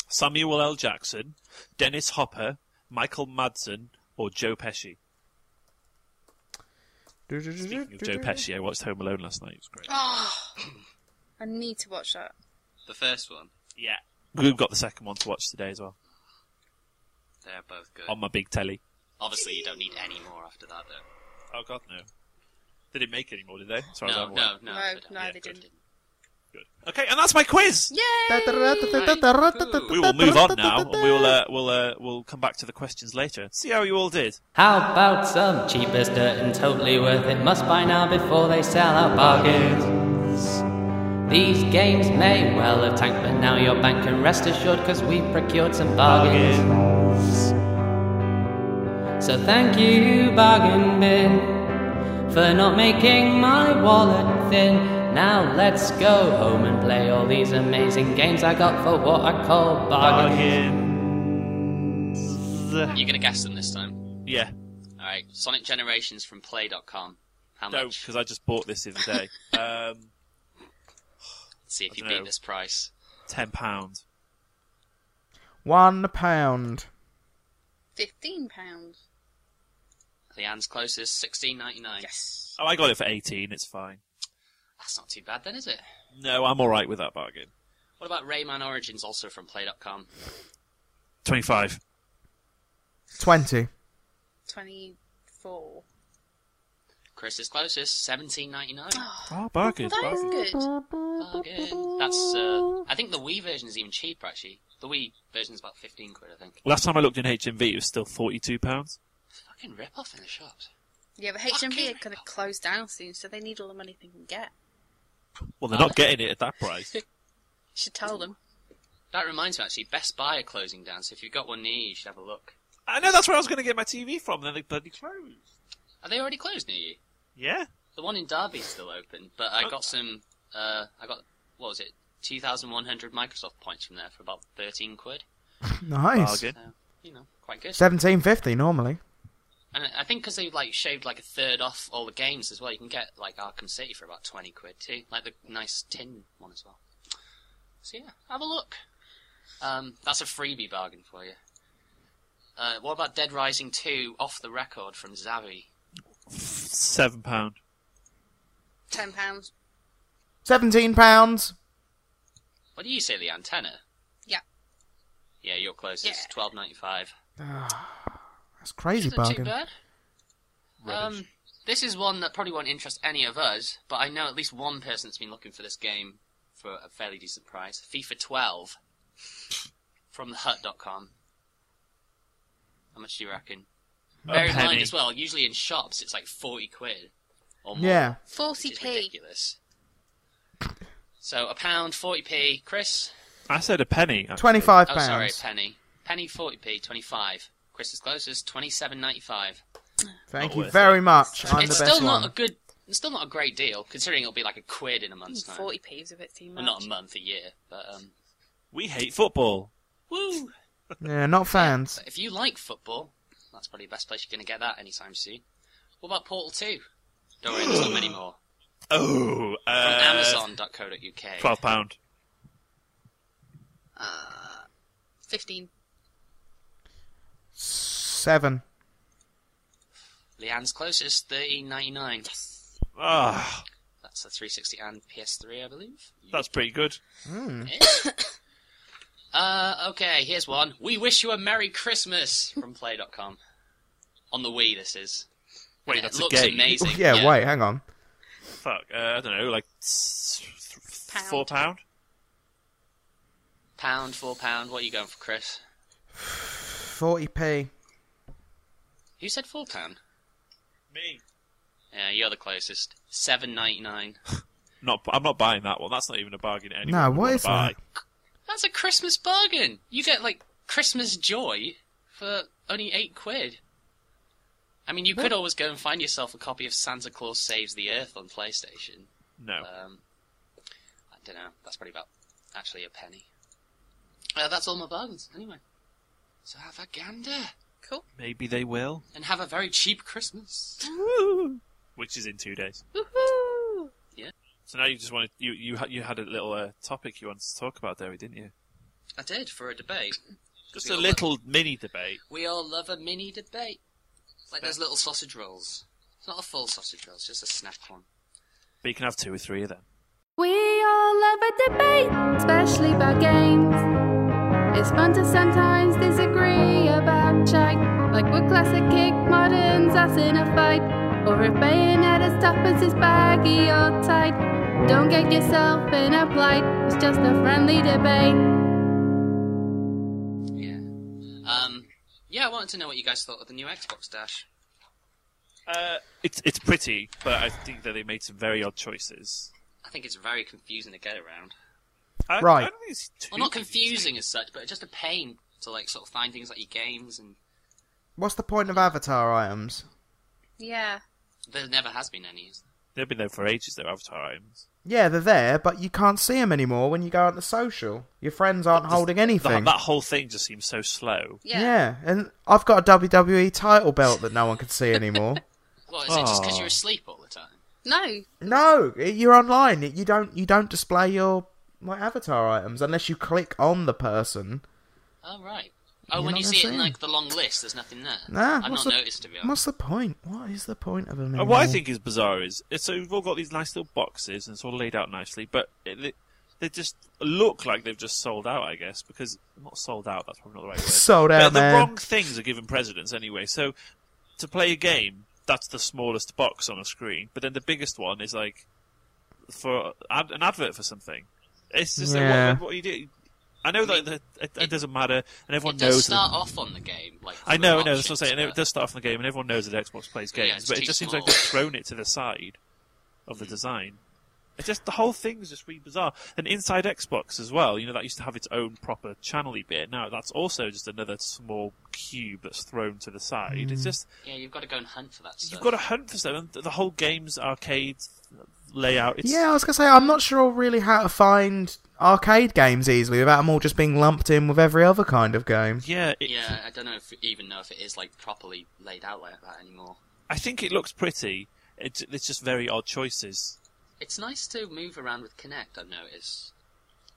Speaker 2: Samuel L. Jackson, Dennis Hopper, Michael Madsen, or Joe Pesci. Speaking of Joe Pesci, I watched Home Alone last night. It was great.
Speaker 3: Oh, I need to watch that.
Speaker 1: The first one,
Speaker 2: Yeah. We've got the second one to watch today as well
Speaker 1: they're both good.
Speaker 2: on my big telly.
Speaker 1: Obviously, you don't need any more after that, though.
Speaker 2: Oh God, no! They didn't make any more, did they? As far as
Speaker 1: No,
Speaker 2: I'm aware.
Speaker 1: no, no.
Speaker 3: No,
Speaker 1: they don't.
Speaker 3: no,
Speaker 2: Yeah,
Speaker 3: they
Speaker 2: good.
Speaker 3: didn't.
Speaker 2: Good. Okay, and that's my quiz.
Speaker 3: Yay!
Speaker 1: Right,
Speaker 2: We will move on now, and we will uh, we'll uh, we'll come back to the questions later. See how you all did.
Speaker 6: How about some cheapest dirt and totally worth it? Must buy now before they sell out bargains. These games may well have tanked, but now your bank can rest assured because we've procured some bargains. So thank you, bargain bin, for not making my wallet thin. Now let's go home and play all these amazing games I got for what I call bargains.
Speaker 1: You're going to guess them this time.
Speaker 2: Yeah,
Speaker 1: All right, Sonic Generations from Play.com. How
Speaker 2: no,
Speaker 1: much?
Speaker 2: because I just bought this the other day. Um,
Speaker 1: Let's see if you
Speaker 2: dunno.
Speaker 1: beat this price.
Speaker 2: Ten pound.
Speaker 4: One pound.
Speaker 3: Fifteen pounds.
Speaker 1: The hand's closest, sixteen ninety nine.
Speaker 3: Yes.
Speaker 2: Oh, I got it for eighteen. It's fine.
Speaker 1: That's not too bad then, is it?
Speaker 2: No, I'm all right with that bargain.
Speaker 1: What about Rayman Origins, also from Play.com?
Speaker 2: 25.
Speaker 4: Twenty.
Speaker 3: Twenty-four.
Speaker 1: Chris is closest, seventeen ninety nine.
Speaker 2: Oh, bargain.
Speaker 3: That is good.
Speaker 1: Bargain. That's. Uh, I think the Wii version is even cheaper actually. The Wii version is about fifteen quid, I think.
Speaker 2: Last time I looked in HMV, it was still £42.
Speaker 1: Fucking rip off in the shops.
Speaker 3: Yeah, but HMV are going to close down soon, so they need all the money they can get.
Speaker 2: Well, they're not getting it at that price.
Speaker 3: Should tell them.
Speaker 1: That reminds me actually, Best Buy are closing down, so if you've got one near you, you should have a look.
Speaker 2: I know that's where I was going to get my TV from, then they bloody closed.
Speaker 1: Are they already closed near you?
Speaker 2: Yeah?
Speaker 1: The one in Derby's still open, but I got some. Uh, I got what was it? Two thousand one hundred Microsoft points from there for about thirteen quid.
Speaker 4: Nice.
Speaker 2: Bargain.
Speaker 1: So you know, quite good.
Speaker 4: Seventeen fifty normally.
Speaker 1: And I think because they like shaved like a third off all the games as well, you can get like Arkham City for about twenty quid too, like the nice tin one as well. So yeah, have a look. Um, that's a freebie bargain for you. Uh, what about Dead Rising Two off the record from Zavi?
Speaker 2: £7.
Speaker 3: Ten pounds.
Speaker 4: Seventeen pounds.
Speaker 1: What do you say, the antenna?
Speaker 3: Yeah.
Speaker 1: Yeah, you're closest.
Speaker 3: Yeah.
Speaker 1: Twelve ninety five.
Speaker 4: That's crazy
Speaker 1: Isn't too
Speaker 4: bargain.
Speaker 1: bad. Um, this is one that probably won't interest any of us, but I know at least one person that's been looking for this game for a fairly decent price. FIFA 12 From thehut.com. How much do you reckon? Bear in mind
Speaker 2: penny.
Speaker 1: as well, usually in shops it's like 40 quid or more.
Speaker 4: Yeah.
Speaker 1: Which is
Speaker 3: 40p.
Speaker 1: ridiculous. So a pound, 40p. Chris?
Speaker 2: I said a penny.
Speaker 4: Twenty-five
Speaker 1: Oh,
Speaker 4: pounds.
Speaker 1: sorry, penny. Penny, 40p, 25. Chris is closest, 27.95.
Speaker 4: Thank
Speaker 2: Not
Speaker 4: you
Speaker 2: worth
Speaker 4: very much. I'm
Speaker 1: it's
Speaker 4: the
Speaker 1: still
Speaker 4: best
Speaker 1: not
Speaker 4: one.
Speaker 1: a good, it's still not a great deal, considering it'll be like a quid in a month's time.
Speaker 3: 40p Hmm, is a bit too much.
Speaker 1: Well, not a month, a year, but um,
Speaker 2: We hate football.
Speaker 1: woo!
Speaker 4: Yeah, not fans.
Speaker 1: If you like football, that's probably the best place you're going to get that anytime soon. What about Portal 2? Don't worry, there's not many more.
Speaker 2: Oh, uh,
Speaker 1: From Amazon.co.uk.
Speaker 2: Twelve pound.
Speaker 3: 15.
Speaker 4: Seven.
Speaker 1: Leanne's closest, 13.99.
Speaker 2: Ah,
Speaker 1: That's the 360 and PS3, I believe.
Speaker 2: that's pretty good. Hmm.
Speaker 1: Uh, okay, here's one. We wish you a Merry Christmas from Play.com. On the Wii, this is.
Speaker 2: Wait,
Speaker 1: It
Speaker 2: that's a
Speaker 1: looks
Speaker 2: game.
Speaker 1: amazing.
Speaker 4: Yeah, wait, hang on.
Speaker 2: Fuck. Uh, I don't know, like s-
Speaker 3: Pound.
Speaker 2: four pound.
Speaker 1: Pound, four pound. What are you going for, Chris?
Speaker 4: Forty p.
Speaker 1: Who said four pound?
Speaker 2: Me.
Speaker 1: Yeah, you're the closest. 7.99.
Speaker 2: Not. I'm not buying that one. That's not even a bargain. Anyway.
Speaker 4: No, what is
Speaker 2: buy.
Speaker 4: that?
Speaker 1: That's a Christmas bargain. You get like Christmas joy for only eight quid. I mean, you could always go and find yourself a copy of Santa Claus Saves the Earth on PlayStation.
Speaker 2: No.
Speaker 1: Um, I don't know. That's probably about actually a penny. Uh, that's all my bargains, anyway. So have a gander
Speaker 3: Cool.
Speaker 2: Maybe they will.
Speaker 1: and have a very cheap Christmas.
Speaker 2: Which is in two days.
Speaker 3: Woohoo!
Speaker 2: So now you just wanted you you had you had a little uh, topic you wanted to talk about, Derry, didn't you?
Speaker 1: I did for a debate.
Speaker 2: Just
Speaker 1: We
Speaker 2: a
Speaker 1: all
Speaker 2: little mini debate.
Speaker 1: We all love a mini debate, like those little sausage rolls. It's not a full sausage roll; it's just a snack one.
Speaker 2: But you can have two or three of them.
Speaker 5: We all love a debate, especially about games. It's fun to sometimes disagree about shite, like would classic kick moderns ass in a fight, or if Bayonetta's tuppence is baggy or tight. Don't get yourself in a plight, it's just a friendly debate.
Speaker 1: Yeah. Um. Yeah, I wanted to know what you guys thought of the new Xbox Dash.
Speaker 2: Uh, it's it's pretty, but I think that they made some very odd choices.
Speaker 1: I think it's very confusing to get around.
Speaker 2: I,
Speaker 4: Right.
Speaker 2: I don't think it's too
Speaker 1: Well, not confusing as such, but just a pain to like sort of find things like your games, and
Speaker 4: What's the point of avatar items?
Speaker 3: Yeah.
Speaker 1: there never has been any. is there?
Speaker 2: They've been there for ages. Though Avatar times.
Speaker 4: Yeah, they're there, but you can't see them anymore when you go out to social. Your friends aren't holding anything.
Speaker 2: That, that whole thing just seems so slow.
Speaker 3: Yeah.
Speaker 4: and I've got a WWE title belt that no one can see anymore.
Speaker 1: Well, is it just because
Speaker 2: Aw.
Speaker 1: you're asleep all the time?
Speaker 3: No.
Speaker 4: no, you're online. You don't you don't display your my avatar items unless you click on the person.
Speaker 1: Oh right. Oh,
Speaker 4: You're
Speaker 1: when
Speaker 4: not
Speaker 1: you
Speaker 4: gonna
Speaker 1: see it
Speaker 4: see
Speaker 1: in
Speaker 4: 'em.
Speaker 1: like the long list, there's nothing there.
Speaker 4: Nah,
Speaker 1: I've
Speaker 4: what's
Speaker 1: not
Speaker 4: the-
Speaker 1: noticed to be honest.
Speaker 4: What's the point? What is the point of them?
Speaker 2: Uh, What I think is bizarre is it's, so we've all got these nice little boxes and it's all laid out nicely, but it, it- they just look like they've just sold out. I guess because not sold out. That's probably not the right word.
Speaker 4: Sold
Speaker 2: But
Speaker 4: out,
Speaker 2: the
Speaker 4: man.
Speaker 2: wrong things are given precedence anyway. So to play a game, that's the smallest box on a screen, but then the biggest one is like for ad- an advert for something. It's just like,
Speaker 4: Yeah.
Speaker 2: what, what you do. I know that that it, it doesn't matter, and everyone
Speaker 1: It
Speaker 2: knows.
Speaker 1: does
Speaker 2: that-
Speaker 1: start off on the game. Like
Speaker 2: I
Speaker 1: with
Speaker 2: know, I
Speaker 1: options,
Speaker 2: know. That's what I'm saying. and
Speaker 1: but-
Speaker 2: It does start off in the game, and everyone knows that Xbox plays
Speaker 1: Yeah,
Speaker 2: games,
Speaker 1: it's
Speaker 2: but it
Speaker 1: too
Speaker 2: just seems like
Speaker 1: small. Hmm.
Speaker 2: they've thrown it to the side of the design. It's just the whole thing is just really bizarre. And inside Xbox as well, you know, that used to have its own proper channely bit. Now that's also just another small cube that's thrown to the side.
Speaker 1: Hmm.
Speaker 2: It's just
Speaker 1: Yeah, you've got to go and hunt for that stuff.
Speaker 2: you've got to hunt for stuff. And th- the whole game's arcade layout. It's,
Speaker 4: Yeah, I was gonna say I'm not sure really how to find arcade games easily without them all just being lumped in with every other kind of game.
Speaker 2: yeah. It,
Speaker 1: Yeah, I don't know if even know if it is like properly laid out like that anymore.
Speaker 2: I think it looks pretty. It's, it's just very odd choices.
Speaker 1: It's nice to move around with Kinect. I've noticed.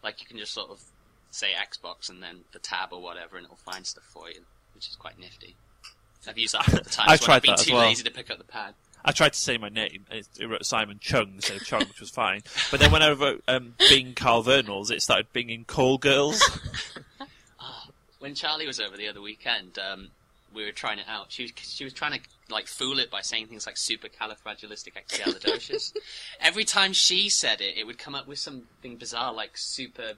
Speaker 1: Like you can just sort of say Xbox and then the tab or whatever, and it'll find stuff for you, which is quite nifty. I've used that a couple of times.
Speaker 2: I've
Speaker 1: when
Speaker 2: tried
Speaker 1: I've been
Speaker 2: that as
Speaker 1: too
Speaker 2: well.
Speaker 1: lazy to pick up the pad.
Speaker 2: I tried to say my name. and It, it wrote Simon Chung, so Chung, which was fine. But then when I wrote um, Bing Carl Vernals, it started binging Call Girls.
Speaker 1: when Charlie was over the other weekend, um, we were trying it out. She was she was trying to like fool it by saying things like supercalifragilisticexpialidocious. Every time she said it, it would come up with something bizarre like super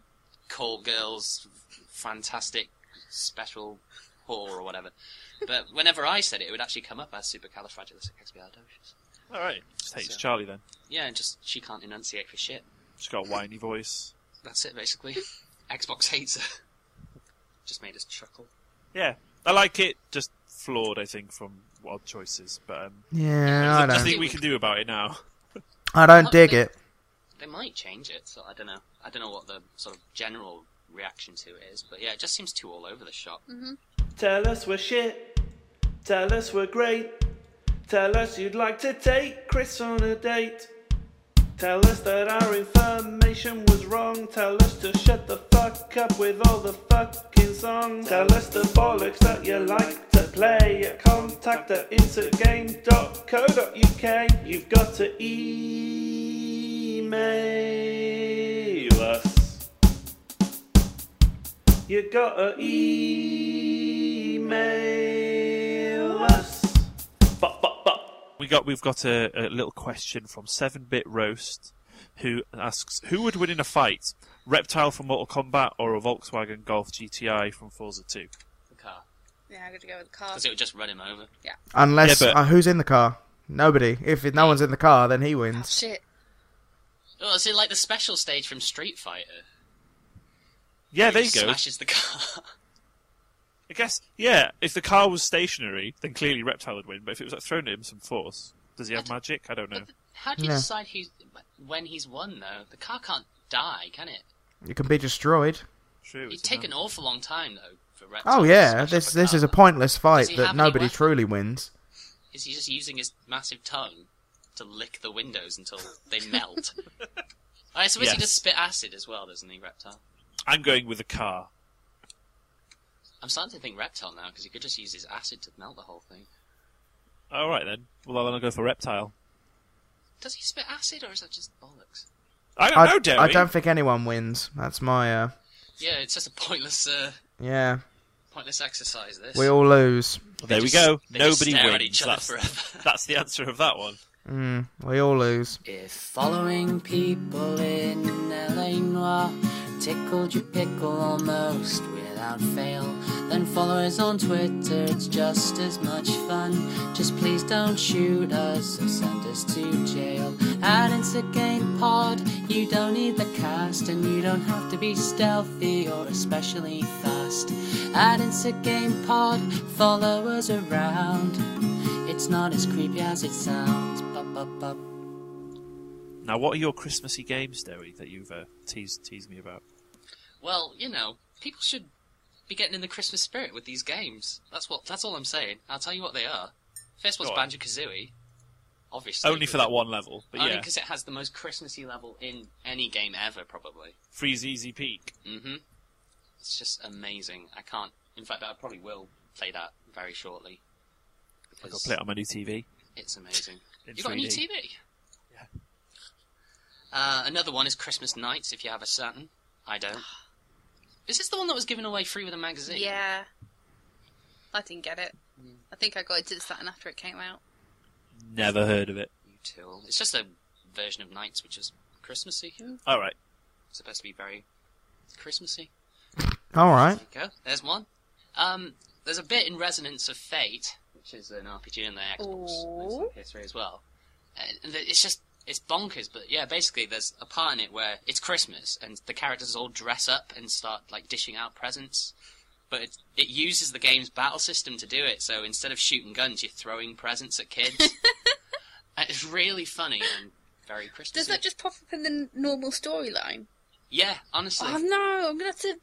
Speaker 1: call girls fantastic special whore or whatever. But whenever I said it, it would actually come up as supercalifragilisticexpialidocious.
Speaker 2: All right. Just hates
Speaker 1: So-
Speaker 2: Charlie then.
Speaker 1: Yeah, and just she can't enunciate for shit.
Speaker 2: She's got a whiny voice.
Speaker 1: That's it, basically. Xbox hates her. Just made us chuckle.
Speaker 2: Yeah, I like it. Just flawed, I think, from odd choices. But um,
Speaker 4: Yeah, I
Speaker 2: there's nothing
Speaker 4: don't.
Speaker 2: we can do about it now.
Speaker 4: I don't dig it.
Speaker 1: They might change it, so I don't know. I don't know what the sort of general reaction to it is, but yeah, it just seems too all over the shop.
Speaker 7: Tell us we're shit. Tell us we're great. Tell us you'd like to take Chris on a date. Tell us that our information was wrong. Tell us to shut the fuck up with all the fucking songs. Tell us the bollocks that you like to play at contact at intergame.co.uk. You've got to email us. You gotta email us. Bop, bop, bop.
Speaker 2: We got we've got a, a little question from Seven Bit Roast, who asks who would win in a fight, Reptile from Mortal Kombat or a Volkswagen Golf GTI from Forza Two?
Speaker 1: The car.
Speaker 3: Yeah, I'm going to go with the car.
Speaker 1: Because it would just run him over.
Speaker 4: Unless
Speaker 2: Yeah, but-
Speaker 4: uh, who's in the car? Nobody. If it- no one's in the car, then he wins.
Speaker 3: Shit.
Speaker 1: Oh, is it like the special stage from Street Fighter?
Speaker 2: Yeah, there you
Speaker 1: Just
Speaker 2: go.
Speaker 1: Smashes the car.
Speaker 2: I guess yeah. If the car was stationary, then clearly Reptile would win. But if it was like, thrown at him with some force, does he have magic? I don't know.
Speaker 1: How do you
Speaker 4: No.
Speaker 1: decide who's, when he's won, though? The car can't die, can it?
Speaker 4: It can be destroyed.
Speaker 2: True.
Speaker 1: It'd
Speaker 2: it's a
Speaker 1: take
Speaker 2: man.
Speaker 1: an awful long time, though, for Reptile
Speaker 4: Oh
Speaker 1: to
Speaker 4: yeah,
Speaker 1: smash
Speaker 4: this
Speaker 1: up
Speaker 4: this
Speaker 1: car.
Speaker 4: is a pointless
Speaker 1: Does
Speaker 4: fight
Speaker 1: he have
Speaker 4: that
Speaker 1: any
Speaker 4: nobody
Speaker 1: weapons?
Speaker 4: truly wins.
Speaker 1: Is he just using his massive tongue to lick the windows until they melt? I suppose
Speaker 2: Yes.
Speaker 1: he does spit acid as well, doesn't he, Reptile?
Speaker 2: I'm going with the car.
Speaker 1: I'm starting to think Reptile now because he could just use his acid to melt the whole thing.
Speaker 2: All right then. Well, then I'll go for Reptile.
Speaker 1: Does he spit acid or is that just bollocks?
Speaker 2: I don't
Speaker 4: I,
Speaker 2: know, Derry.
Speaker 4: I don't think anyone wins. That's my uh,
Speaker 1: Yeah, it's just a pointless, uh,
Speaker 4: yeah.
Speaker 1: pointless exercise. This.
Speaker 4: We all lose.
Speaker 2: there we
Speaker 1: just-
Speaker 2: go.
Speaker 1: they
Speaker 2: Nobody
Speaker 1: just stare
Speaker 2: wins.
Speaker 1: at each other
Speaker 2: that's,
Speaker 1: forever.
Speaker 2: that's the answer of that one.
Speaker 4: Mm, we all lose.
Speaker 6: If following people in LA Noir tickled your pickle almost without fail, then follow us on Twitter, it's just as much fun. Just please don't shoot us or send us to jail. At Instagame Pod, you don't need the cast, and you don't have to be stealthy or especially fast. At Instagame Pod, follow us around. It's not as creepy as it sounds. Bop, bop, bop.
Speaker 2: Now, what are your Christmassy games, Derry, that you've uh, teased teased me about?
Speaker 1: Well, you know, people should be getting in the Christmas spirit with these games. That's what. That's all I'm saying. I'll tell you what they are. First one's
Speaker 2: Go on.
Speaker 1: Banjo Kazooie, obviously.
Speaker 2: Only for that one level, but
Speaker 1: Only
Speaker 2: yeah,
Speaker 1: because it has the most Christmassy level in any game ever, probably.
Speaker 2: Freeze Easy Peak.
Speaker 1: hmm It's just amazing. I can't. In fact, I probably will play that very shortly.
Speaker 2: I got
Speaker 1: because
Speaker 2: to play it on my new TV.
Speaker 1: It's amazing.
Speaker 2: In
Speaker 1: you got a new
Speaker 2: 3D.
Speaker 1: TV. Uh, another one is Christmas Nights. If you have a Saturn, I don't. Is this the one that was given away free with a magazine?
Speaker 3: Yeah. I didn't get it.
Speaker 1: Hmm.
Speaker 3: I think I got into the Saturn after it came out.
Speaker 2: Never heard of it.
Speaker 1: You tool. It's just a version of Nights, which is Christmassy. It's
Speaker 2: All right,
Speaker 1: supposed to be very Christmassy.
Speaker 4: All right.
Speaker 1: There you go. There's one. Um, there's a bit in Resonance of Fate, which is an RPG on the Xbox it's on
Speaker 3: Ooh.
Speaker 1: PS3 as well. And th- it's just it's bonkers, but yeah, basically there's a part in it where it's Christmas and the characters all dress up and start like dishing out presents. But it, it uses the game's battle system to do it. So instead of shooting guns, you're throwing presents at kids. And it's really funny and very Christmas.
Speaker 3: Does that just pop up in the n- normal storyline?
Speaker 1: Yeah, honestly,
Speaker 3: Oh no, I'm gonna have to.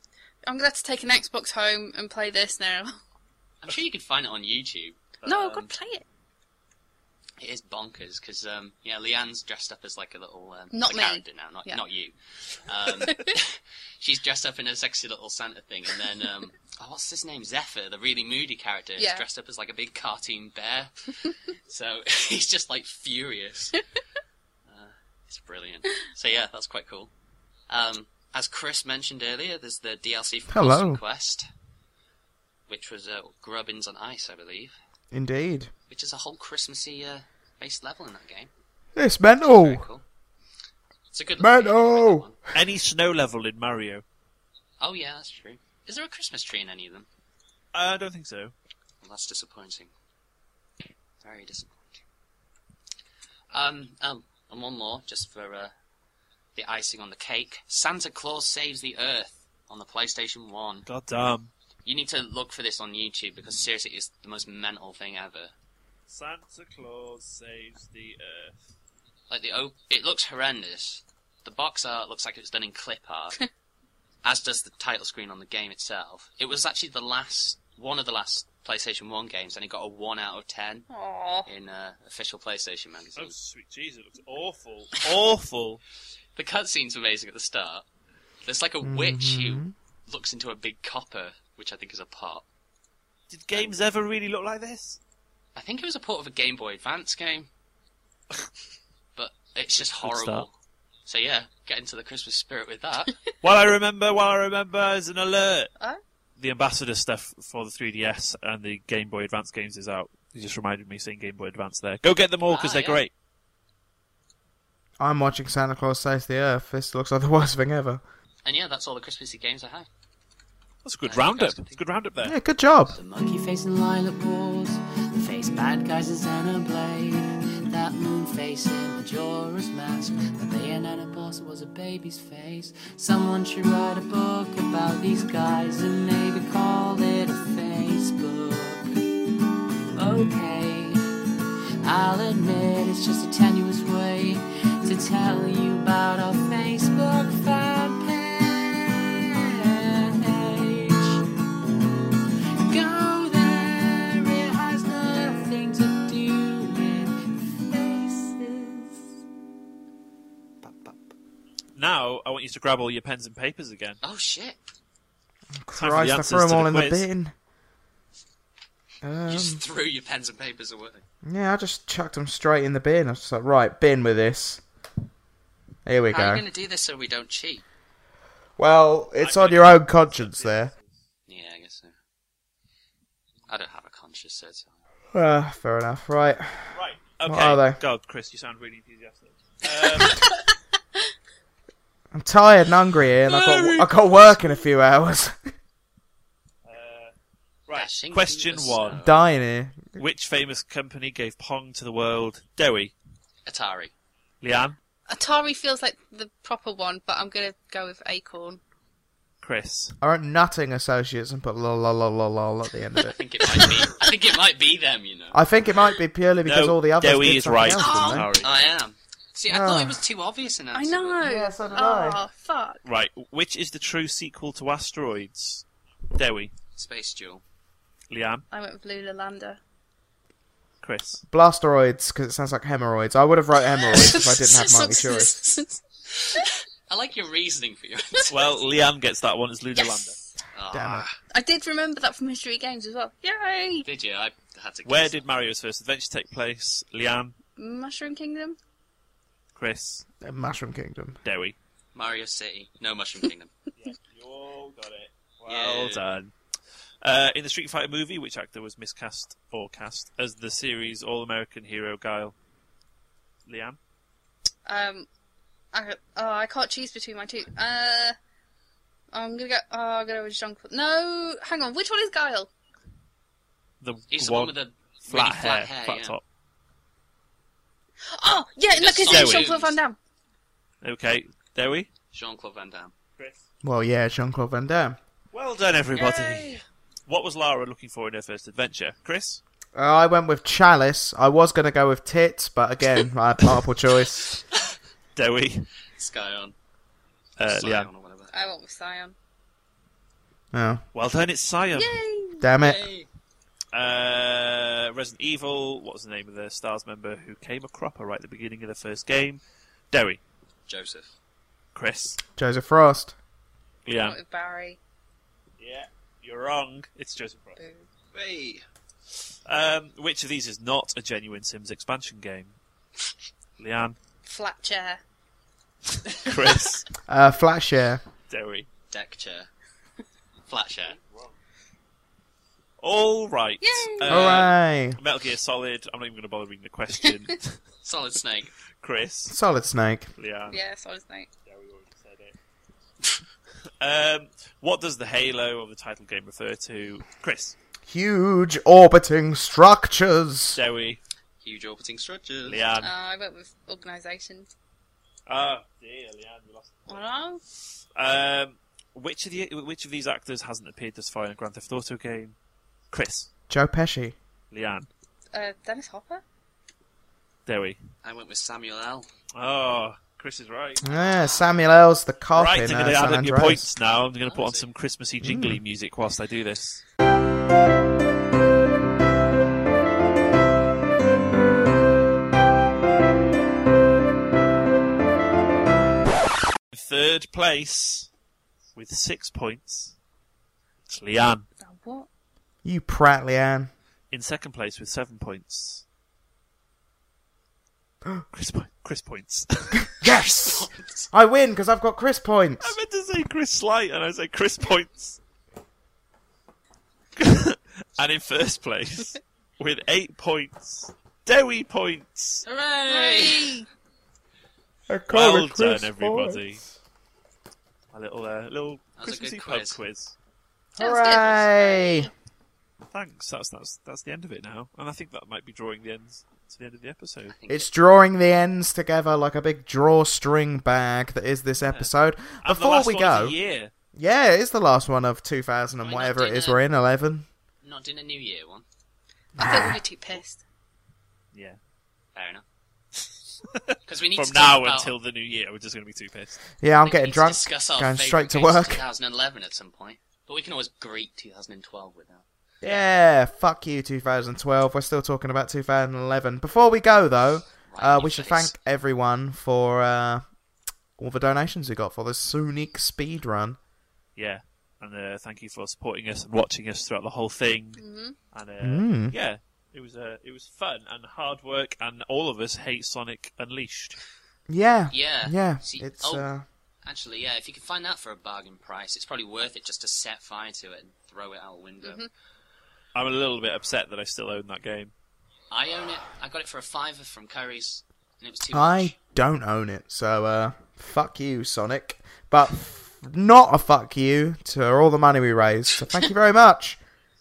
Speaker 3: I'm gonna have to take an Xbox home and play this now.
Speaker 1: I'm sure you could find it on YouTube. but,
Speaker 3: no, I've
Speaker 1: um,
Speaker 3: got to play it.
Speaker 1: It is bonkers because um, yeah, Leanne's dressed up as like a little um,
Speaker 3: Not
Speaker 1: the
Speaker 3: me.
Speaker 1: character now, not
Speaker 3: Yeah.
Speaker 1: not you. Um, she's dressed up in a sexy little Santa thing, and then um, oh, what's his name? Zephyr, the really moody character, is
Speaker 3: Yeah.
Speaker 1: dressed up as like a big cartoon bear. so he's just like furious. uh, it's brilliant. So yeah, that's quite cool. Um, as Chris mentioned earlier, there's the DLC for
Speaker 4: Hello.
Speaker 1: Constant Quest, which was uh, Grubbins on Ice, I believe,
Speaker 4: Indeed.
Speaker 1: which is a whole Christmassy uh, based level in that game.
Speaker 4: It's
Speaker 1: Very
Speaker 4: mental.
Speaker 1: cool. It's a good
Speaker 4: Mano!
Speaker 1: looking game, I like that one.
Speaker 2: any snow level in Mario.
Speaker 1: Oh yeah, that's true. Is there a Christmas tree in any of them?
Speaker 2: Uh, I don't think so.
Speaker 1: Well, that's disappointing. Very disappointing. Um, um, and one more, just for uh, the icing on the cake. Santa Claus Saves the Earth on the PlayStation 1.
Speaker 2: God damn.
Speaker 1: You need to look for this on YouTube because seriously, it's the most mental thing ever.
Speaker 2: Santa Claus saves the earth.
Speaker 1: Like the op- it looks horrendous. The box art looks like it was done in clip art, as does the title screen on the game itself. It was actually the last one of the last PlayStation One games, and it got a one out of ten
Speaker 3: Oh. Aww.
Speaker 1: in uh, official PlayStation magazine.
Speaker 2: Oh sweet Jesus, it looks awful. awful.
Speaker 1: The cutscene's amazing at the start. There's like a witch who looks into a big copper, which I think is a pot.
Speaker 2: Did games ever really look like this?
Speaker 1: I think it was a port of a Game Boy Advance game, but it's just
Speaker 2: start.
Speaker 1: horrible. So yeah, get into the Christmas spirit with that.
Speaker 2: While I remember, while I remember is an alert.
Speaker 3: Huh?
Speaker 2: The ambassador stuff for the 3DS and the Game Boy Advance games is out. You just reminded me seeing Game Boy Advance there. Go get them all because
Speaker 1: Ah,
Speaker 2: they're
Speaker 1: yeah.
Speaker 2: great.
Speaker 4: I'm watching Santa Claus Saves the Earth. This looks like the worst thing ever.
Speaker 1: and yeah, that's all the Christmassy games I have.
Speaker 2: That's a good
Speaker 1: Yeah,
Speaker 2: roundup.
Speaker 1: that's good.
Speaker 2: It's a good roundup there.
Speaker 4: Yeah, good job.
Speaker 6: The monkey face and lilac wars, the face bad guys in Xenoblade, that moon face in Majora's Mask, the bayonetta boss was a baby's face. Someone should write a book about these guys and maybe call it a Facebook. Okay. I'll admit it's just a tenuous way to tell you about our Facebook fan page. Go there, it has nothing to do with faces. Bop, bop.
Speaker 2: Now I want you to grab all your pens and papers again.
Speaker 1: Oh shit!
Speaker 2: for the
Speaker 4: Christ, I
Speaker 2: answers
Speaker 4: threw them
Speaker 2: to
Speaker 4: all
Speaker 2: the
Speaker 4: in
Speaker 2: quiz.
Speaker 4: the bin.
Speaker 1: You
Speaker 4: Um,
Speaker 1: just threw your pens and papers away.
Speaker 4: yeah, I just chucked them straight in the bin. I was just like, right, bin with this. Here we
Speaker 1: How are
Speaker 4: go.
Speaker 1: you going to do this so we don't cheat?
Speaker 4: Well, it's on your own conscience there.
Speaker 1: Yeah, I guess so. I don't have a conscience, so it's fine.
Speaker 4: Ah, fair enough. Right.
Speaker 2: Right. Okay.
Speaker 4: are they?
Speaker 2: God, Chris, you sound really enthusiastic. Um,
Speaker 4: I'm tired and hungry here, and I've got, I've got work in a few hours.
Speaker 2: right.
Speaker 1: Dashing
Speaker 2: Question
Speaker 1: through the
Speaker 2: one:
Speaker 1: snow.
Speaker 4: Dying here.
Speaker 2: Which famous company gave Pong to the world? Dewey,
Speaker 1: Atari.
Speaker 2: Leanne,
Speaker 3: Atari feels like the proper one, but I'm gonna go with Acorn.
Speaker 2: Chris.
Speaker 4: I wrote Nutting Associates and put la la la la la at the end of
Speaker 1: I
Speaker 4: it.
Speaker 1: think it might be. I think it might be them. You know.
Speaker 4: I think it might be purely because
Speaker 2: no,
Speaker 4: all the others
Speaker 2: Dewey
Speaker 4: did
Speaker 2: is
Speaker 4: something
Speaker 2: right.
Speaker 4: else, didn't they?
Speaker 2: Sorry.
Speaker 1: I am. See, I thought
Speaker 4: Ah.
Speaker 1: it was too obvious an answer.
Speaker 3: I know.
Speaker 4: Yeah, so did
Speaker 3: oh,
Speaker 4: I.
Speaker 3: fuck.
Speaker 2: Right. Which is the true sequel to Asteroids? Dewey,
Speaker 1: Space Duel.
Speaker 2: Leanne,
Speaker 3: I went with Lula Lander.
Speaker 2: Chris.
Speaker 4: Blasteroids, because it sounds like hemorrhoids. I would have wrote hemorrhoids if I didn't have Mighty Churus.
Speaker 1: I like your reasoning for your answer.
Speaker 2: Well, Leanne gets that one. It's Luna Lander.
Speaker 3: Yes.
Speaker 1: Ah,
Speaker 4: Damn it.
Speaker 3: I did remember that from Mystery Games as well. Yay!
Speaker 1: Did you? I had to.
Speaker 2: Where
Speaker 1: guess.
Speaker 2: did Mario's first adventure take place? Leanne,
Speaker 3: Mushroom Kingdom.
Speaker 2: Chris,
Speaker 4: Uh, Mushroom Kingdom.
Speaker 2: Dewey.
Speaker 1: Mario City? No Mushroom Kingdom.
Speaker 2: You all got it.
Speaker 1: Yeah.
Speaker 2: Well done. Uh, in the Street Fighter movie, which actor was miscast or cast as the series All-American hero Guile? Leanne,
Speaker 3: Um, I, oh, I can't choose between my two. Uh, I'm gonna go. Oh, I'm gonna go with Jean. No, hang on. Which one is Guile?
Speaker 2: the
Speaker 1: He's the
Speaker 2: one
Speaker 1: one with the
Speaker 2: flat
Speaker 1: really
Speaker 2: hair,
Speaker 1: flat hair.
Speaker 2: flat
Speaker 1: yeah.
Speaker 2: top.
Speaker 3: Oh, yeah, no,
Speaker 1: Yes,
Speaker 3: because it's
Speaker 2: Zoe.
Speaker 3: Jean Claude Van Damme.
Speaker 2: Okay, Dewey.
Speaker 1: Jean-Claude Van Damme.
Speaker 4: Well, yeah, Jean Claude Van Damme.
Speaker 2: Well done, everybody.
Speaker 3: Yay.
Speaker 2: What was Lara looking for in her first adventure? Chris,
Speaker 4: Uh, I went with Chalice. I was going to go with Tits, but again, I had multiple choice.
Speaker 2: Dewey,
Speaker 1: Skyon.
Speaker 2: uh,
Speaker 1: Scion
Speaker 2: Leanne.
Speaker 1: or whatever.
Speaker 3: I went with Scion.
Speaker 4: Oh,
Speaker 2: Well done, it's Sion.
Speaker 3: Yay!
Speaker 4: damn it.
Speaker 1: Hey.
Speaker 2: Uh, Resident Evil. What was the name of the Stars member who came a cropper right at the beginning of the first game? Dewey,
Speaker 1: Joseph.
Speaker 2: Chris,
Speaker 4: Joseph Frost.
Speaker 3: I
Speaker 2: Leanne.
Speaker 3: went with Barry.
Speaker 2: Yeah, you're wrong. It's Joseph Ross.
Speaker 3: Boo.
Speaker 1: Hey.
Speaker 2: Um, which of these is not a genuine Sims expansion game? Leanne,
Speaker 3: Flat chair.
Speaker 2: Chris,
Speaker 4: Uh, Flatshare.
Speaker 2: Dewey.
Speaker 1: Deck chair. Flat chair.
Speaker 2: All right.
Speaker 3: Yay!
Speaker 2: Um,
Speaker 4: Hooray!
Speaker 2: Metal Gear Solid. I'm not even going to bother reading the question.
Speaker 1: Solid snake.
Speaker 2: Chris,
Speaker 4: Solid Snake.
Speaker 2: Leanne.
Speaker 3: Yeah, Solid Snake.
Speaker 2: Dewey already said it. Um, what does the halo of the title game refer to? Chris,
Speaker 4: Huge orbiting structures.
Speaker 2: Joey,
Speaker 1: Huge orbiting structures.
Speaker 2: Leanne.
Speaker 3: Uh, I work with organisations.
Speaker 2: oh dear, Leanne, we lost.
Speaker 3: Hello?
Speaker 2: Um, which of the which of these actors hasn't appeared thus far in a Grand Theft Auto game? Chris,
Speaker 4: Joe Pesci.
Speaker 2: Leanne,
Speaker 3: Uh, Dennis Hopper?
Speaker 2: Dewey.
Speaker 1: I went with Samuel L.
Speaker 2: Oh, Chris is right.
Speaker 4: Yeah, Samuel L's the cop
Speaker 2: Right, I'm
Speaker 4: in
Speaker 2: going
Speaker 4: uh,
Speaker 2: to add
Speaker 4: San
Speaker 2: up your
Speaker 4: Andreas. Hmm.
Speaker 2: points now. I'm going to put on some Christmassy jingly music whilst I do this. In third place with six points, it's Leanne.
Speaker 3: Uh, what?
Speaker 4: You prat, Leanne.
Speaker 2: In second place with seven points, Chris, po- Chris points.
Speaker 4: Yes, I win because I've got Chris
Speaker 2: I
Speaker 4: points.
Speaker 2: meant to say Chris Slight, and I say Chris points. and in first place, with eight points, Dewey points.
Speaker 1: Hooray!
Speaker 4: I got
Speaker 2: Well
Speaker 4: Chris
Speaker 2: done, everybody.
Speaker 4: points.
Speaker 2: A little, uh, little
Speaker 1: That was a
Speaker 2: Christmassy
Speaker 1: good
Speaker 2: pub
Speaker 1: quiz.
Speaker 2: quiz.
Speaker 4: Hooray!
Speaker 2: Thanks. That's that's that's the end of it now, and I think that might be drawing the ends to the end of the episode.
Speaker 4: It's drawing the ends together like a big drawstring bag that is this episode.
Speaker 2: And the
Speaker 4: Before
Speaker 2: last
Speaker 4: we
Speaker 2: one of the
Speaker 4: go,
Speaker 2: year.
Speaker 4: yeah, it is the last one of 2000 and
Speaker 1: Why not
Speaker 4: whatever
Speaker 1: do
Speaker 4: it is
Speaker 1: the-
Speaker 4: we're in, 11.
Speaker 1: Not doing a New Year one.
Speaker 3: I think we'll be too pissed.
Speaker 2: Yeah.
Speaker 1: Fair enough. Because we need
Speaker 2: From
Speaker 1: to talk
Speaker 2: now
Speaker 1: about-
Speaker 2: until the new year, we're just going to be too pissed.
Speaker 4: Yeah, I'm
Speaker 1: we
Speaker 4: getting
Speaker 1: need
Speaker 4: drunk,
Speaker 1: To discuss our
Speaker 4: going
Speaker 1: favourite
Speaker 4: straight to
Speaker 1: games of
Speaker 4: work.
Speaker 1: 2011 at some point, but we can always greet 2012 with that.
Speaker 4: Yeah, fuck you, 2012. We're still talking about 2011. Before we go, though,
Speaker 1: Right in
Speaker 4: uh,
Speaker 1: your
Speaker 4: we should
Speaker 1: face.
Speaker 4: thank everyone for uh, all the donations we got for the Sonic speed run.
Speaker 2: yeah. And uh, thank you for supporting us and watching us throughout the whole thing.
Speaker 1: Mm-hmm.
Speaker 2: And uh, yeah, it was uh, it was fun and hard work. And all of us hate Sonic Unleashed.
Speaker 4: Yeah,
Speaker 1: Yeah.
Speaker 4: yeah.
Speaker 1: See-
Speaker 4: It's
Speaker 1: oh.
Speaker 4: uh,
Speaker 1: Actually, yeah, if you can find that for a bargain price, it's probably worth it just to set fire to it and throw it out a window.
Speaker 2: I'm a little bit upset that I still own that game.
Speaker 1: I own it. I got it for a fiver from Curry's, and it was too much.
Speaker 4: I don't own it, so uh, fuck you, Sonic. But f- not a fuck you to all the money we raised. So thank you very much.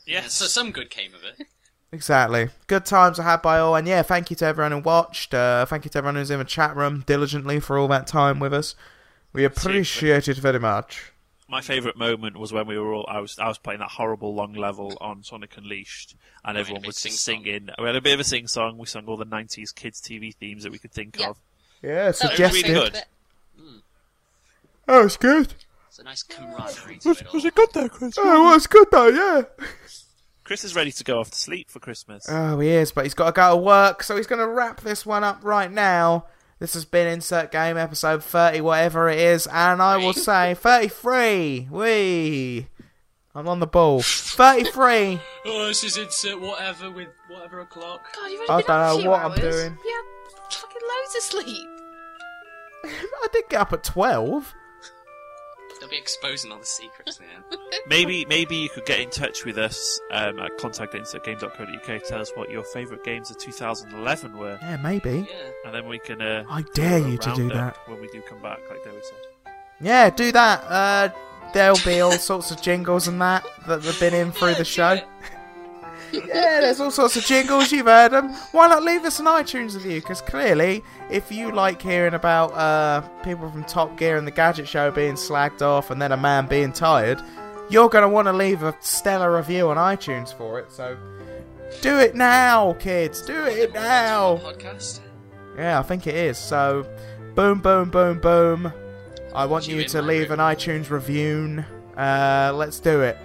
Speaker 2: Yes.
Speaker 1: So some good came of it.
Speaker 4: Exactly. Good times I had by all, and yeah, thank you to everyone who watched. Uh, thank you to everyone who's in the chat room diligently for all that time with us. We appreciate it very much.
Speaker 2: My favourite moment was when we were all I was I was playing that horrible long level on Sonic Unleashed, and everyone
Speaker 1: big
Speaker 2: was just
Speaker 1: sing-song.
Speaker 2: singing. We had a bit of a sing song. We sung all the '90s kids TV themes that we could think
Speaker 3: Yeah.
Speaker 2: of.
Speaker 4: Yeah,
Speaker 3: That was
Speaker 4: suggested.
Speaker 2: really
Speaker 3: so
Speaker 2: good.
Speaker 3: bit-
Speaker 4: Oh, it's good.
Speaker 1: It's a nice camaraderie to it all.
Speaker 2: good there, Chris?
Speaker 4: Oh, well, it's good though, yeah.
Speaker 2: Chris is ready to go off to sleep for Christmas.
Speaker 4: Oh, he is, but he's got to go to work, so he's going to wrap this one up right now. This has been Insert Game episode 30, whatever it is, and I will say 33. Wee. I'm on the ball. 33.
Speaker 1: Oh, this is insert whatever with whatever o'clock.
Speaker 3: God, you've
Speaker 4: I
Speaker 3: only been
Speaker 4: don't
Speaker 3: up a
Speaker 4: know
Speaker 3: few
Speaker 4: what I'm
Speaker 3: hours.
Speaker 4: doing.
Speaker 3: Yeah, fucking loads of sleep.
Speaker 4: I did get up at 12.
Speaker 1: They'll be exposing all the secrets now.
Speaker 2: Maybe maybe you could get in touch with us um, at contact@insertgame.co.uk. Tell us what your favourite games of 2011 were,
Speaker 4: Yeah, maybe.
Speaker 1: yeah.
Speaker 2: and then we can. Uh,
Speaker 4: I dare
Speaker 2: do a
Speaker 4: you to do
Speaker 2: roundup
Speaker 4: that.
Speaker 2: when we do come back, like David said.
Speaker 4: Yeah, do that. Uh, there'll be all sorts of jingles and that that have been in through the show. yeah, there's all sorts of jingles. You've heard them. Why not leave us an iTunes review? Because clearly, if you like hearing about uh, people from Top Gear and the Gadget Show being slagged off and then a man being tired, you're going to want to leave a stellar review on iTunes for it. So do it now, kids. Do it now.
Speaker 1: Podcast.
Speaker 4: Yeah, I think it is. So, boom, boom, boom, boom. I want
Speaker 1: You
Speaker 4: you
Speaker 1: in
Speaker 4: to
Speaker 1: my
Speaker 4: leave an
Speaker 1: room.
Speaker 4: iTunes review. Uh, let's do it.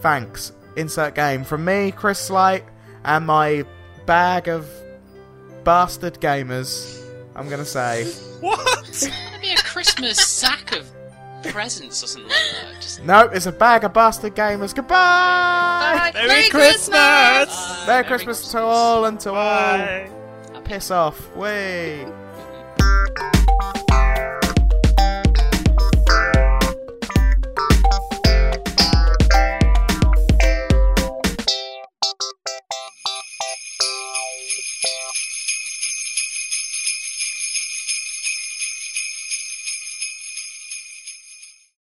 Speaker 4: Thanks. Insert game from me, Chris Slight, and my bag of bastard gamers. I'm gonna say
Speaker 2: What?
Speaker 1: That'd be a Christmas sack of presents or something like that. Just
Speaker 4: nope. It's a bag of bastard gamers.
Speaker 3: Bye.
Speaker 4: Goodbye.
Speaker 2: Merry,
Speaker 3: Merry
Speaker 2: Christmas!
Speaker 1: Bye.
Speaker 4: Merry Christmas to all and to
Speaker 2: Bye.
Speaker 4: all. Piss off. Wait.